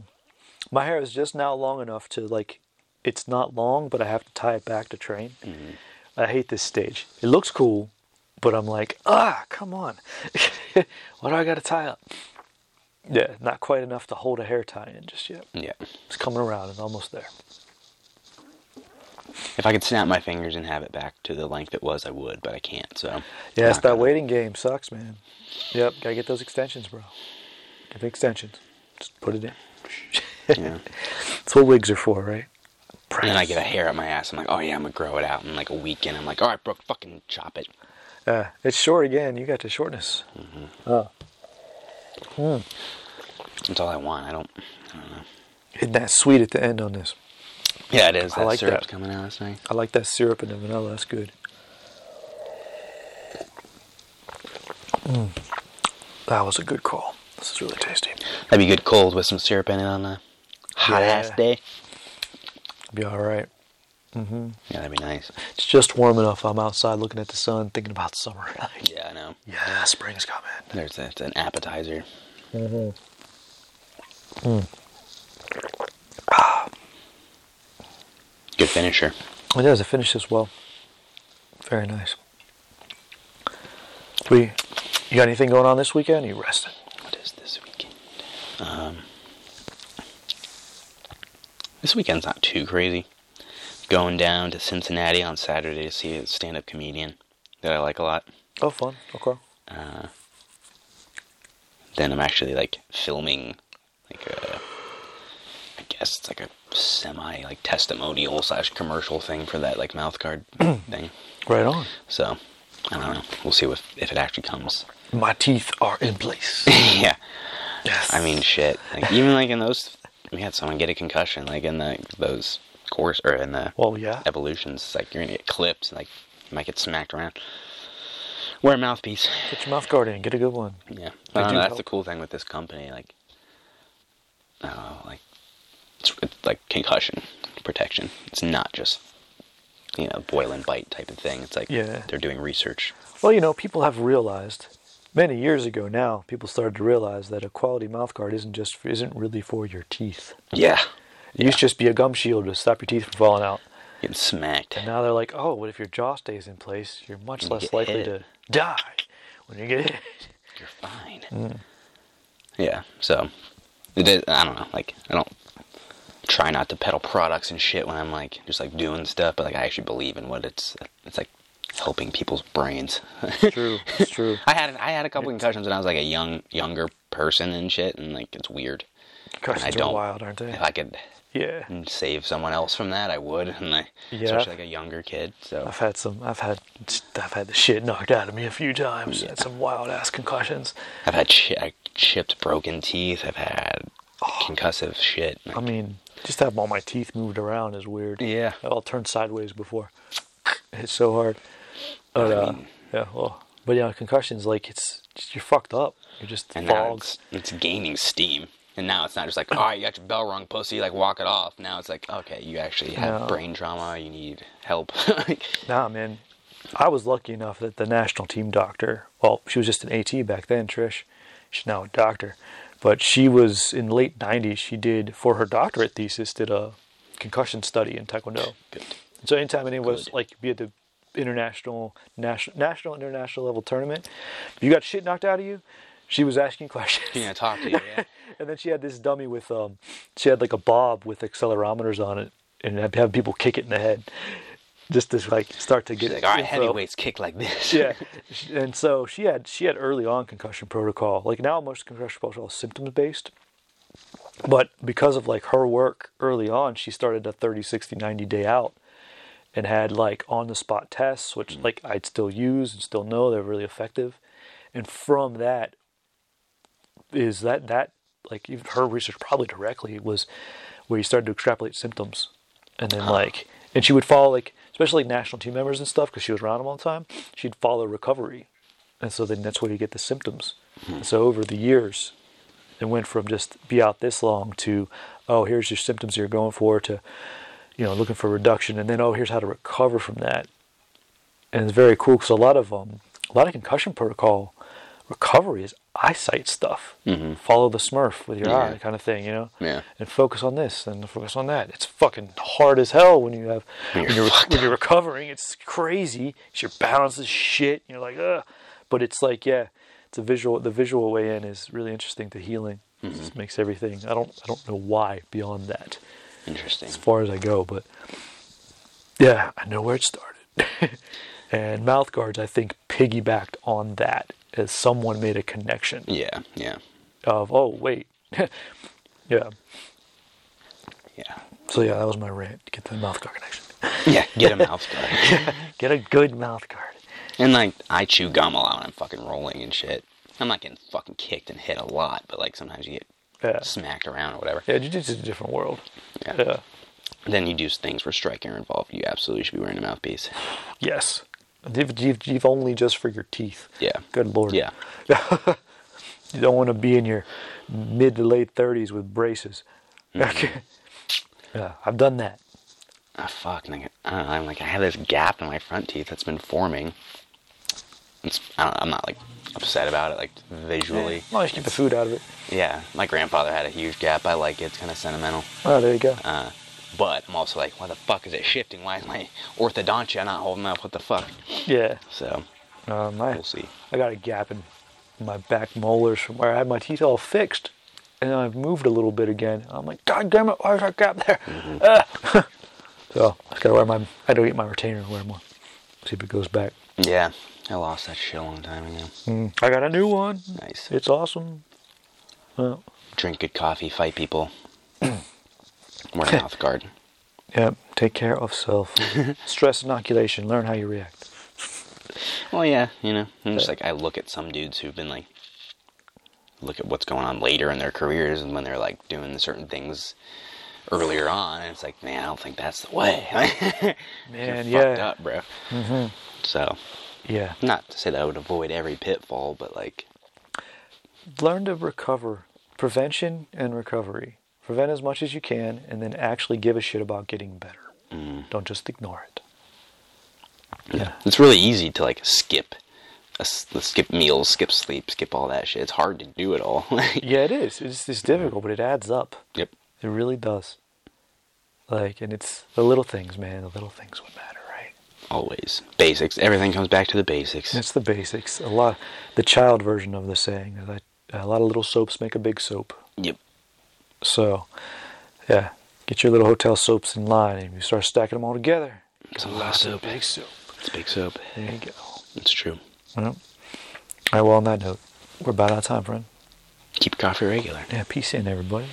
[SPEAKER 1] My hair is just now long enough to like it's not long, but I have to tie it back to train.
[SPEAKER 2] Mm-hmm.
[SPEAKER 1] I hate this stage. It looks cool, but I'm like, ah, come on. what do I gotta tie up? Yeah, not quite enough to hold a hair tie in just yet.
[SPEAKER 2] Yeah.
[SPEAKER 1] It's coming around and almost there.
[SPEAKER 2] If I could snap my fingers and have it back to the length it was, I would, but I can't. So.
[SPEAKER 1] Yeah, it's that
[SPEAKER 2] Not gonna-
[SPEAKER 1] waiting game sucks, man. Yep, gotta get those extensions, bro. Get the extensions. Just put it in.
[SPEAKER 2] Yeah.
[SPEAKER 1] That's what wigs are for, right?
[SPEAKER 2] And then I get a hair up my ass. I'm like, oh yeah, I'm gonna grow it out in like a weekend. I'm like, all right, bro, fucking chop it.
[SPEAKER 1] Uh, it's short again. You got the shortness.
[SPEAKER 2] That's all I want. I don't.
[SPEAKER 1] Hitting that sweet at the end on this.
[SPEAKER 2] Yeah, it is.
[SPEAKER 1] I
[SPEAKER 2] That
[SPEAKER 1] like
[SPEAKER 2] syrup's
[SPEAKER 1] that.
[SPEAKER 2] coming out. That's nice.
[SPEAKER 1] I like that syrup and the vanilla. That's good. Mm. That was a good call. This is really tasty.
[SPEAKER 2] That'd be good cold with some syrup in it on a hot
[SPEAKER 1] Yeah.
[SPEAKER 2] ass day.
[SPEAKER 1] Be all right.
[SPEAKER 2] Yeah, that'd be nice.
[SPEAKER 1] It's just warm enough. I'm outside looking at the sun, thinking about summer.
[SPEAKER 2] Yeah, I know.
[SPEAKER 1] yeah, spring's coming.
[SPEAKER 2] There's that's an appetizer. Mm. Good finisher.
[SPEAKER 1] It does. It finishes well. Very nice. We, you got anything going on this weekend? you resting?
[SPEAKER 2] What is this weekend? Um, this weekend's not too crazy. Going down to Cincinnati on Saturday to see a stand-up comedian that I like a lot.
[SPEAKER 1] Oh, fun. Okay.
[SPEAKER 2] Then I'm actually like filming, like a, I guess it's like a semi like testimonial slash commercial thing for that like mouth guard thing.
[SPEAKER 1] Right on.
[SPEAKER 2] So I don't know. We'll see if if it actually comes.
[SPEAKER 1] My teeth are in place.
[SPEAKER 2] yeah.
[SPEAKER 1] yes.
[SPEAKER 2] I mean, shit. Like even like in those, we had someone get a concussion. Like in the those course or in the
[SPEAKER 1] well, yeah.
[SPEAKER 2] evolutions, it's like you're gonna get clipped. and Like you might get smacked around. Wear a mouthpiece.
[SPEAKER 1] Get your mouth guard in. Get a good one.
[SPEAKER 2] Yeah,
[SPEAKER 1] They
[SPEAKER 2] I don't
[SPEAKER 1] do
[SPEAKER 2] know, that's
[SPEAKER 1] help.
[SPEAKER 2] the cool thing with this company. Like, I don't know, like it's, it's like concussion protection. It's not just you know boil and bite type of thing. It's like
[SPEAKER 1] Yeah.
[SPEAKER 2] they're doing research.
[SPEAKER 1] Well, you know, people have realized many years ago now, people started to realize that a quality mouth guard isn't just isn't really for your teeth.
[SPEAKER 2] Yeah,
[SPEAKER 1] It used to just be a gum shield to stop your teeth from falling out.
[SPEAKER 2] getting smacked.
[SPEAKER 1] Now they're like, oh, what if your jaw stays in place? You're much less
[SPEAKER 2] get
[SPEAKER 1] likely
[SPEAKER 2] hit.
[SPEAKER 1] to die when you get hit.
[SPEAKER 2] You're fine. Yeah, so it is, I don't know. Like I don't try not to peddle products and shit when I'm like just like doing stuff, but like I actually believe in what it's. It's like helping people's brains.
[SPEAKER 1] true. It's true.
[SPEAKER 2] I had I had a couple concussions when I was like a young younger person and shit, and like it's weird. and I
[SPEAKER 1] Customers are
[SPEAKER 2] don't. Mm.
[SPEAKER 1] wild, aren't they?
[SPEAKER 2] If I could
[SPEAKER 1] yeah.
[SPEAKER 2] save someone else from that, I would, and I,
[SPEAKER 1] Yeah.
[SPEAKER 2] especially like a younger kid. So
[SPEAKER 1] I've had some. I've had. I've had the shit knocked out of me a few times.
[SPEAKER 2] Yeah.
[SPEAKER 1] Had some wild ass concussions.
[SPEAKER 2] I've had chi- I chipped, broken teeth. I've had concussive shit.
[SPEAKER 1] I mean, just having all my teeth moved around is weird.
[SPEAKER 2] Yeah.
[SPEAKER 1] I all turned sideways before. It's so hard. But
[SPEAKER 2] I
[SPEAKER 1] uh,
[SPEAKER 2] mean-
[SPEAKER 1] yeah, well, but yeah, concussions like it's you're fucked up. You're just
[SPEAKER 2] and now
[SPEAKER 1] fogged.
[SPEAKER 2] it's, it's gaining steam. And now it's not just like, all right, you got your bell rung, pussy. Like walk it off. Now it's like, okay, you actually have
[SPEAKER 1] No.
[SPEAKER 2] brain trauma. You need help.
[SPEAKER 1] Nah, man. I was lucky enough that the national team doctor, well, she was just an AT back then, Trish. She's now a doctor. But she was in late 90s, she did, for her doctorate thesis, did a concussion study in Taekwondo.
[SPEAKER 2] Good.
[SPEAKER 1] And so anytime anyone was
[SPEAKER 2] Good.
[SPEAKER 1] like, be at the international, national, national, international level tournament, if you got shit knocked out of you, she was asking questions.
[SPEAKER 2] You know, talk to you. Yeah.
[SPEAKER 1] And then she had this dummy with um, she had like a bob with accelerometers on it, and have, have people kick it in the head, just to like start to get
[SPEAKER 2] She's like, all right,
[SPEAKER 1] info."
[SPEAKER 2] heavyweights kick like this.
[SPEAKER 1] Yeah, and so she had she had early on concussion protocol. Like now, most concussion protocol is symptoms based, but because of like her work early on, she started a 30, 60, 90 day out, and had like on the spot tests, which
[SPEAKER 2] Mm.
[SPEAKER 1] like I'd still use and still know they're really effective, and from that is that that like even her research probably directly was where you started to extrapolate symptoms and then like and she would follow like especially national team members and stuff because she was around them all the time she'd follow recovery and so then that's where you get the symptoms and so over the years it went from just be out this long to oh here's your symptoms you're going for to you know looking for reduction and then oh here's how to recover from that and it's very cool because a lot of um, a lot of concussion protocol recovery is eyesight stuff. Follow the Smurf with your
[SPEAKER 2] Mm-hmm. Yeah.
[SPEAKER 1] eye, kind of thing, you know.
[SPEAKER 2] Yeah.
[SPEAKER 1] And focus on this and focus on that. It's fucking hard as hell when you have when you're, when you're recovering. It's crazy. 'cause Your balance is shit. And you're like, ugh. But it's like, yeah, it's a visual. The visual way in is really interesting to healing.
[SPEAKER 2] Mm-hmm.
[SPEAKER 1] It just makes everything. I don't. I don't know why beyond that
[SPEAKER 2] Interesting.
[SPEAKER 1] as far as I go, but yeah, I know where it started. and mouth guards, I think, piggybacked on that as someone made a connection
[SPEAKER 2] Yeah. Yeah.
[SPEAKER 1] of, oh, wait. yeah.
[SPEAKER 2] Yeah.
[SPEAKER 1] So yeah, that was my rant. Get the mouth guard connection.
[SPEAKER 2] Yeah. Get a mouth guard.
[SPEAKER 1] Get a good mouth guard.
[SPEAKER 2] And like I chew gum a lot when I'm fucking rolling and shit. I'm not getting fucking kicked and hit a lot, but like sometimes you get
[SPEAKER 1] Yeah.
[SPEAKER 2] smacked around or whatever.
[SPEAKER 1] Yeah, jujitsu's a different world.
[SPEAKER 2] Yeah.
[SPEAKER 1] Yeah.
[SPEAKER 2] Then you do things where striker involved. You absolutely should be wearing a mouthpiece.
[SPEAKER 1] Yes. If, if, if only just for your teeth.
[SPEAKER 2] Yeah.
[SPEAKER 1] Good lord.
[SPEAKER 2] Yeah.
[SPEAKER 1] You don't want to be in your mid to late 30s with braces.
[SPEAKER 2] Mm-hmm.
[SPEAKER 1] Okay. Yeah, I've done that.
[SPEAKER 2] Ah, fuck. Like, I don't know. I'm like I have this gap in my front teeth that's been forming. It's, I don't, I'm not like upset about it. Like visually,
[SPEAKER 1] Well, just keep the food out of it.
[SPEAKER 2] yeah. My grandfather had a huge gap. I like it. It's kind of sentimental.
[SPEAKER 1] Oh, there you go.
[SPEAKER 2] Uh, but I'm also like, why the fuck is it shifting? Why is my orthodontia not holding up? What the fuck?
[SPEAKER 1] yeah.
[SPEAKER 2] So
[SPEAKER 1] Um, I,
[SPEAKER 2] we'll see.
[SPEAKER 1] I got a gap in my back molars from where I had my teeth all fixed. And then I've moved a little bit again. I'm like, God damn it, why is that gap there?
[SPEAKER 2] Mm-hmm.
[SPEAKER 1] Ah. so I just gotta wear my, I gotta get my retainer and wear more. See if it goes back.
[SPEAKER 2] Yeah, I lost that shit a long time ago.
[SPEAKER 1] Mm, I got a new one.
[SPEAKER 2] Nice.
[SPEAKER 1] It's awesome. Well,
[SPEAKER 2] Drink good coffee, fight people. Wear a mouth guard.
[SPEAKER 1] yeah, take care of self. Stress inoculation, learn how you react.
[SPEAKER 2] Well, yeah, you know, I'm just like I look at some dudes who've been like, look at what's going on later in their careers and when they're like doing certain things earlier on, and it's like, man, I don't think that's the way.
[SPEAKER 1] Man,
[SPEAKER 2] You're fucked
[SPEAKER 1] yeah.
[SPEAKER 2] up, bro. Mm-hmm. So,
[SPEAKER 1] Yeah.
[SPEAKER 2] not to say that I would avoid every pitfall, but like,
[SPEAKER 1] learn to recover prevention and recovery prevent as much as you can and then actually give a shit about getting better don't just ignore it yeah
[SPEAKER 2] it's really easy to like skip. a s- Skip meals, skip sleep, skip all that shit. It's hard to do it all.
[SPEAKER 1] yeah it is it's, it's difficult but it adds up
[SPEAKER 2] yep.
[SPEAKER 1] it really does like and it's the little things man the little things would matter right
[SPEAKER 2] Always. Basics. Everything comes back to the basics.
[SPEAKER 1] it's the basics a lot the child version of the saying is that uh, a lot of little soaps make a big soap
[SPEAKER 2] Yep.
[SPEAKER 1] so yeah get your little hotel soaps in line and you start stacking them all together
[SPEAKER 2] It's a lot of soap.
[SPEAKER 1] big soap
[SPEAKER 2] It's big soap.
[SPEAKER 1] there you go
[SPEAKER 2] It's true.
[SPEAKER 1] Yep. All right, well, on that note, we're about out of time, friend.
[SPEAKER 2] Keep coffee regular.
[SPEAKER 1] Yeah, peace in, everybody.